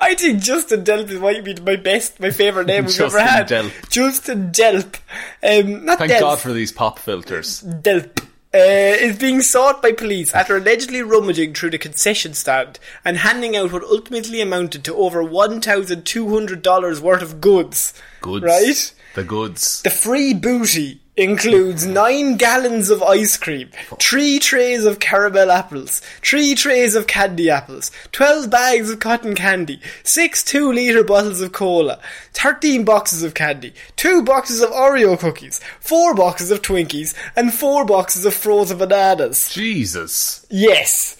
Speaker 1: I think Justin Delp might be my best, my favorite name we've ever
Speaker 2: *laughs* Justin
Speaker 1: had.
Speaker 2: Delp.
Speaker 1: Justin Delp. Um, not
Speaker 2: Thank
Speaker 1: Delp.
Speaker 2: God for these pop filters.
Speaker 1: Delp uh, is being sought by police after allegedly rummaging through the concession stand and handing out what ultimately amounted to over $1,200 worth of goods.
Speaker 2: Goods.
Speaker 1: Right?
Speaker 2: The goods.
Speaker 1: The free booty includes nine gallons of ice cream, three trays of caramel apples, three trays of candy apples, twelve bags of cotton candy, six two litre bottles of cola, thirteen boxes of candy, two boxes of Oreo cookies, four boxes of Twinkies, and four boxes of frozen bananas.
Speaker 2: Jesus.
Speaker 1: Yes.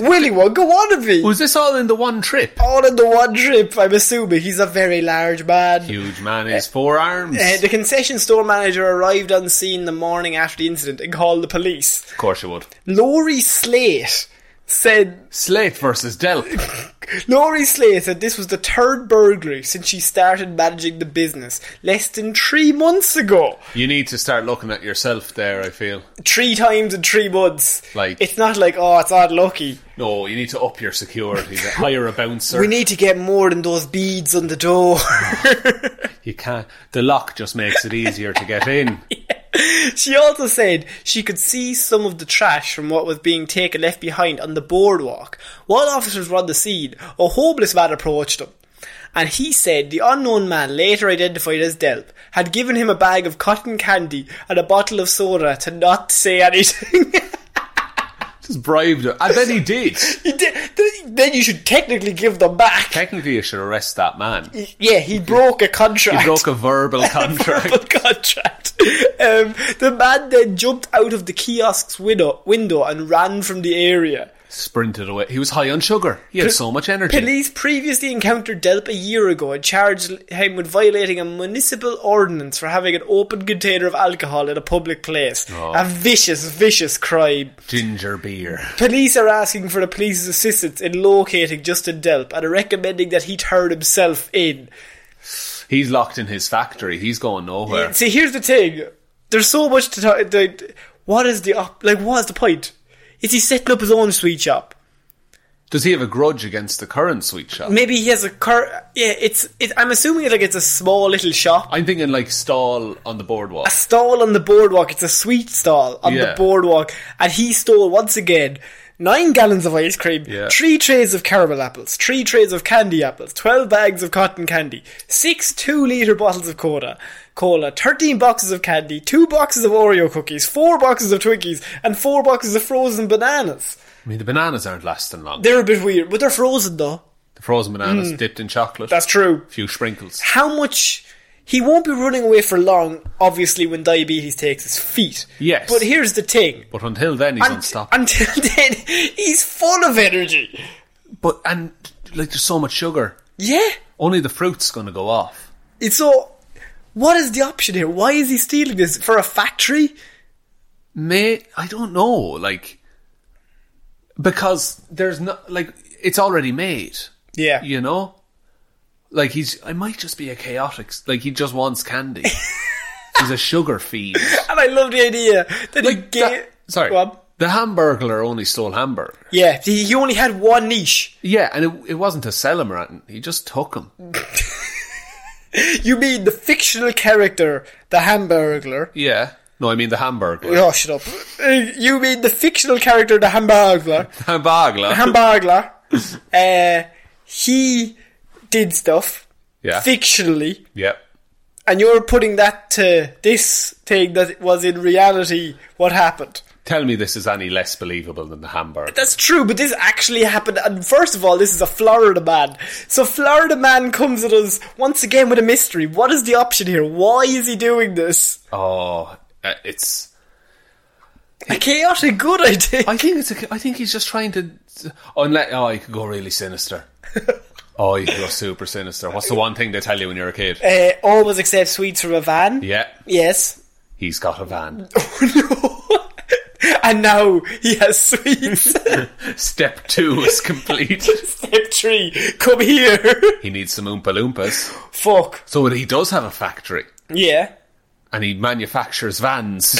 Speaker 1: Willy Wonka wannabe! me.
Speaker 2: Was this all in the one trip?
Speaker 1: all in the one trip, I'm assuming. He's a very large man.
Speaker 2: Huge man, his forearms.
Speaker 1: Uh, the concession store manager arrived on scene the morning after the incident and called the police.
Speaker 2: Of course you would.
Speaker 1: Laurie Slate said
Speaker 2: Slate versus Delp.
Speaker 1: Laurie Slate said this was the third burglary since she started managing the business less than three months ago.
Speaker 2: You need to start looking at yourself there, I feel.
Speaker 1: Three times in three months.
Speaker 2: Like-
Speaker 1: it's not like oh it's unlucky.
Speaker 2: No, you need to up your security. Hire a bouncer.
Speaker 1: We need to get more than those beads on the door. *laughs*
Speaker 2: you can't. The lock just makes it easier to get in.
Speaker 1: *laughs* She also said she could see some of the trash from what was being taken left behind on the boardwalk. While officers were on the scene, a homeless man approached them. And he said the unknown man, later identified as Delp, had given him a bag of cotton candy and a bottle of soda to not say anything. *laughs*
Speaker 2: Just bribed her. I bet he did.
Speaker 1: He did- then you should technically give them back.
Speaker 2: Technically, you should arrest that man. He
Speaker 1: Yeah, he broke a contract. *laughs*
Speaker 2: broke *laughs* a verbal
Speaker 1: verbal
Speaker 2: contract.
Speaker 1: contract. Um, the man then jumped out of the kiosk's window, window and ran from the area.
Speaker 2: Sprinted away. He was high on sugar. He had so much energy.
Speaker 1: Police previously encountered Delp a year ago and charged him with violating a municipal ordinance for having an open container of alcohol in a public place.
Speaker 2: Oh.
Speaker 1: A vicious, vicious crime.
Speaker 2: Ginger beer.
Speaker 1: Police are asking for the police's assistance in locating Justin Delp and are recommending that he turn himself in.
Speaker 2: He's locked in his factory. He's going nowhere.
Speaker 1: See, here's the thing. There's so much to talk. The, what is the op- like? What is the point? Is he setting up his own sweet shop?
Speaker 2: Does he have a grudge against the current sweet shop?
Speaker 1: Maybe he has a car. Yeah, it's. It, I'm assuming like it's a small little shop.
Speaker 2: I'm thinking like stall on the boardwalk.
Speaker 1: a stall on the boardwalk. It's a sweet stall on the
Speaker 2: Yeah.
Speaker 1: boardwalk, and he stole once again nine gallons of ice cream,
Speaker 2: Yeah.
Speaker 1: three trays of caramel apples, three trays of candy apples, twelve bags of cotton candy, six two-liter bottles of cola, cola, thirteen boxes of candy, two boxes of Oreo cookies, four boxes of Twinkies, and four boxes of frozen bananas.
Speaker 2: I mean, the bananas aren't lasting long.
Speaker 1: They're a bit weird, but they're frozen though.
Speaker 2: the frozen bananas dipped in chocolate.
Speaker 1: That's true.
Speaker 2: A few sprinkles.
Speaker 1: How much? He won't be running away for long, obviously, when diabetes takes his feet.
Speaker 2: Yes.
Speaker 1: But here's the thing.
Speaker 2: But until then, he's
Speaker 1: Unt-
Speaker 2: unstoppable.
Speaker 1: Until *laughs* then, he's full of energy.
Speaker 2: but and like there's so much sugar,
Speaker 1: Yeah.
Speaker 2: only the fruit's going to go off.
Speaker 1: It's so. What is the option here? Why is he stealing this for a factory?
Speaker 2: May I don't know, like because there's not like it's already made.
Speaker 1: Yeah.
Speaker 2: you know, like he's. I might just be a chaotic. Like he just
Speaker 1: *laughs*
Speaker 2: wants candy. he's a sugar fiend.
Speaker 1: And I love the idea that he
Speaker 2: Like
Speaker 1: gave.
Speaker 2: that, sorry,
Speaker 1: Go on.
Speaker 2: the hamburglar only stole hamburger.
Speaker 1: Yeah, he he only had one niche.
Speaker 2: Yeah, and it, it wasn't to sell him or anything. He just took him.
Speaker 1: You mean the fictional character, the Hamburglar?
Speaker 2: Yeah. No, I mean the hamburglar.
Speaker 1: Oh, shut up. Uh, You mean the fictional character, the
Speaker 2: *laughs*
Speaker 1: Hamburglar?
Speaker 2: Hamburglar.
Speaker 1: Hamburglar. Uh, he did stuff
Speaker 2: yeah.
Speaker 1: fictionally.
Speaker 2: yeah.
Speaker 1: and you're putting that to this thing that was in reality what happened.
Speaker 2: Tell me this is any less believable than the hamburger.
Speaker 1: That's true, but this actually happened. And first of all, this is a Florida man. So Florida man comes at us once again with a mystery. What is the option here? Why is he doing this?
Speaker 2: oh, uh, it's.
Speaker 1: A chaotic good idea.
Speaker 2: I think it's. A, I think he's just trying to. Unless, oh, I could go really sinister. oh, you could go super sinister. What's the one thing they tell you when you're a kid?
Speaker 1: *laughs* Uh, always accept sweets from a van.
Speaker 2: Yeah,
Speaker 1: Yes. *laughs*
Speaker 2: he's got a van.
Speaker 1: Oh no. *laughs* and now he has sweets.
Speaker 2: Step two is complete. *laughs*
Speaker 1: Step three. Come here. *laughs*
Speaker 2: he needs some Oompa Loompas.
Speaker 1: Fuck.
Speaker 2: So he does have a factory.
Speaker 1: Yeah. *laughs*
Speaker 2: And he manufactures vans.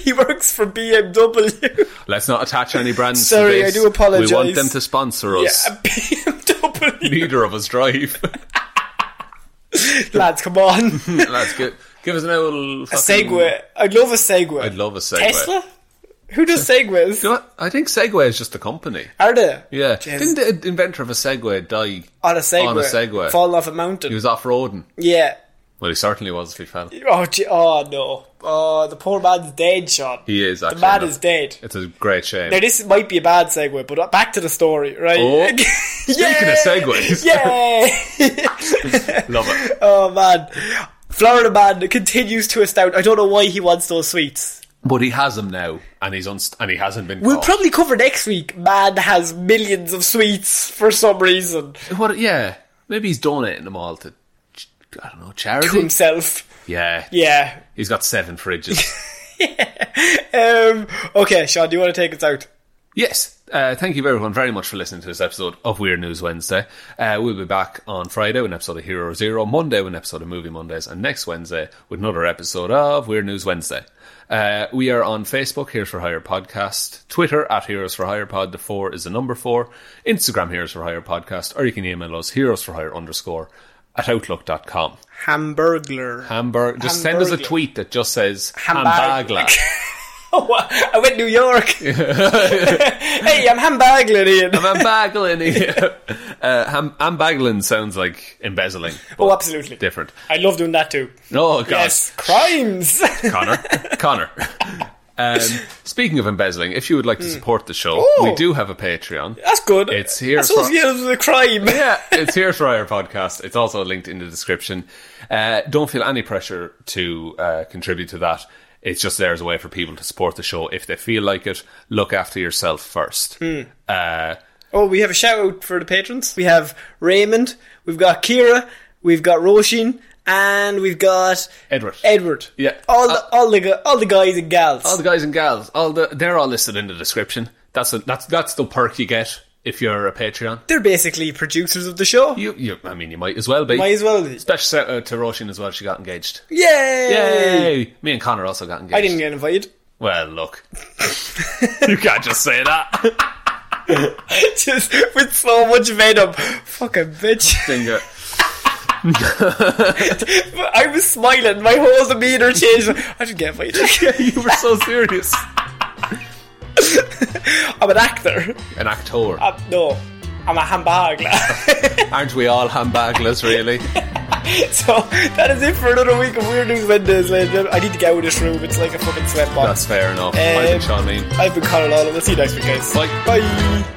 Speaker 1: He works for BMW.
Speaker 2: Let's not attach any brands. to
Speaker 1: Sorry,
Speaker 2: this.
Speaker 1: I do apologise.
Speaker 2: We want them to sponsor us. *laughs*
Speaker 1: Yeah, um, a BMW.
Speaker 2: Neither of us drive.
Speaker 1: *laughs*
Speaker 2: *laughs*
Speaker 1: Lads, come on.
Speaker 2: Lads, give, give us an old
Speaker 1: Segway. I'd love a Segway.
Speaker 2: I'd love a Segway.
Speaker 1: Tesla? Who does segues?
Speaker 2: *laughs* You know what? I think Segway is just a company.
Speaker 1: Are they?
Speaker 2: Yeah.
Speaker 1: Jeez.
Speaker 2: Didn't the inventor of a Segway die?
Speaker 1: on a Segway.
Speaker 2: On a Segway.
Speaker 1: Falling off a mountain.
Speaker 2: He was off roading.
Speaker 1: yeah.
Speaker 2: Well, he certainly was if he fell.
Speaker 1: Oh, gee, oh no. Oh, the poor man's dead, Sean.
Speaker 2: He is actually.
Speaker 1: the man
Speaker 2: no.
Speaker 1: is dead.
Speaker 2: It's a great shame.
Speaker 1: Now, this might be a bad segue, but back to the story, right? *laughs*
Speaker 2: Oh.
Speaker 1: Yeah.
Speaker 2: Speaking of segues.
Speaker 1: Yay!
Speaker 2: Love it.
Speaker 1: *laughs* oh, man. Florida man continues to astound. I don't know why he wants those sweets.
Speaker 2: But he has him now, and he's unst- and he hasn't been.
Speaker 1: We'll
Speaker 2: caught.
Speaker 1: probably cover next week. Man has millions of sweets for some reason
Speaker 2: What? Yeah, maybe he's donating them all to. ch- I don't know charity.
Speaker 1: to *laughs* himself.
Speaker 2: Yeah,
Speaker 1: Yeah.
Speaker 2: He's got seven fridges.
Speaker 1: Um, okay, Sean, do you want to take us out?
Speaker 2: yes. Uh, thank you everyone very much for listening to this episode of Weird News Wednesday. Uh, we'll be back on Friday with an episode of Hero Zero, Monday with an episode of Movie Mondays, and next Wednesday with another episode of Weird News Wednesday. Uh, we are on Facebook, Heroes for Hire Podcast, Twitter at Heroes for Hire Pod, the four is the number four, Instagram Heroes for Hire Podcast, or you can email us Heroes for Hire underscore at outlook.com.
Speaker 1: Hamburglar.
Speaker 2: Hamburg. Just send us a
Speaker 1: Hamburglar.
Speaker 2: tweet that just says
Speaker 1: Hambag-
Speaker 2: Hambagla.
Speaker 1: *laughs* Oh, wow. I went to New
Speaker 2: *laughs*
Speaker 1: York. hey, I'm hambagling Ian.
Speaker 2: I'm ambagling *laughs* here. Uh, ham- ambagling sounds like embezzling. but
Speaker 1: Oh, absolutely.
Speaker 2: Different.
Speaker 1: I love doing that too.
Speaker 2: Oh, God.
Speaker 1: Yes, crimes. *laughs*
Speaker 2: Connor. Connor. Um, speaking of embezzling, if you would like to support the show, we do have a Patreon.
Speaker 1: That's good.
Speaker 2: It's here
Speaker 1: That's
Speaker 2: for-
Speaker 1: associated with a crime.
Speaker 2: *laughs* yeah, it's here for our podcast. It's also linked in the description. Uh, don't feel any pressure to uh, contribute to that. It's just there as a way for people to support the show if they feel like it. Look after yourself first. Uh,
Speaker 1: Oh, we have a shout out for the patrons. We have Raymond. We've got Kira. We've got Roshin. And we've got
Speaker 2: Edward.
Speaker 1: Edward.
Speaker 2: Yeah.
Speaker 1: All
Speaker 2: Uh,
Speaker 1: the all the gu- all the guys and gals.
Speaker 2: all the guys and gals, all the they're all listed in the description. That's a, that's that's the perk you get if you're a Patreon.
Speaker 1: They're basically producers of the show.
Speaker 2: You, you I mean, you might as well be.
Speaker 1: Might as well. be.
Speaker 2: Special shout out to Roshan as well. She got engaged.
Speaker 1: Yay!
Speaker 2: Yay! Me and Connor also got engaged.
Speaker 1: I didn't get invited. *laughs*
Speaker 2: Well, look, you can't just say that.
Speaker 1: Just with so much venom. Fucking bitch. *laughs*
Speaker 2: Finger.
Speaker 1: I was smiling. My whole demeanor changed. I didn't get invited.
Speaker 2: *laughs* you were so serious.
Speaker 1: *laughs* I'm an actor.
Speaker 2: An actor,
Speaker 1: Uh, no, I'm a hambagler. *laughs*
Speaker 2: aren't we all hambaglers? Really?
Speaker 1: so that is it for another week of Weird News Wednesdays, ladies and gentlemen. I need to get out of this room. It's like a fucking
Speaker 2: That's
Speaker 1: sweatbox.
Speaker 2: fair enough. I've been
Speaker 1: Um,
Speaker 2: Sean Mean.
Speaker 1: I've been Conor Lawler. We'll see you next week, guys.
Speaker 2: Bye.
Speaker 1: Bye.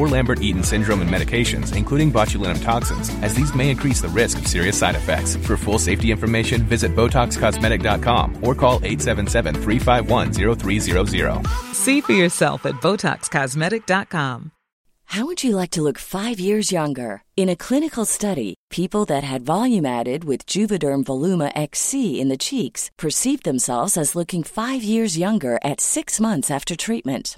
Speaker 3: Lambert-Eaton syndrome and medications, including botulinum toxins, as these may increase the risk of serious side effects. For full safety information, visit BotoxCosmetic.com or call 877-351-0300.
Speaker 4: See for yourself at BotoxCosmetic.com.
Speaker 5: How would you like to look five years younger? In a clinical study, people that had volume added with Juvederm Voluma XC in the cheeks perceived themselves as looking five years younger at six months after treatment.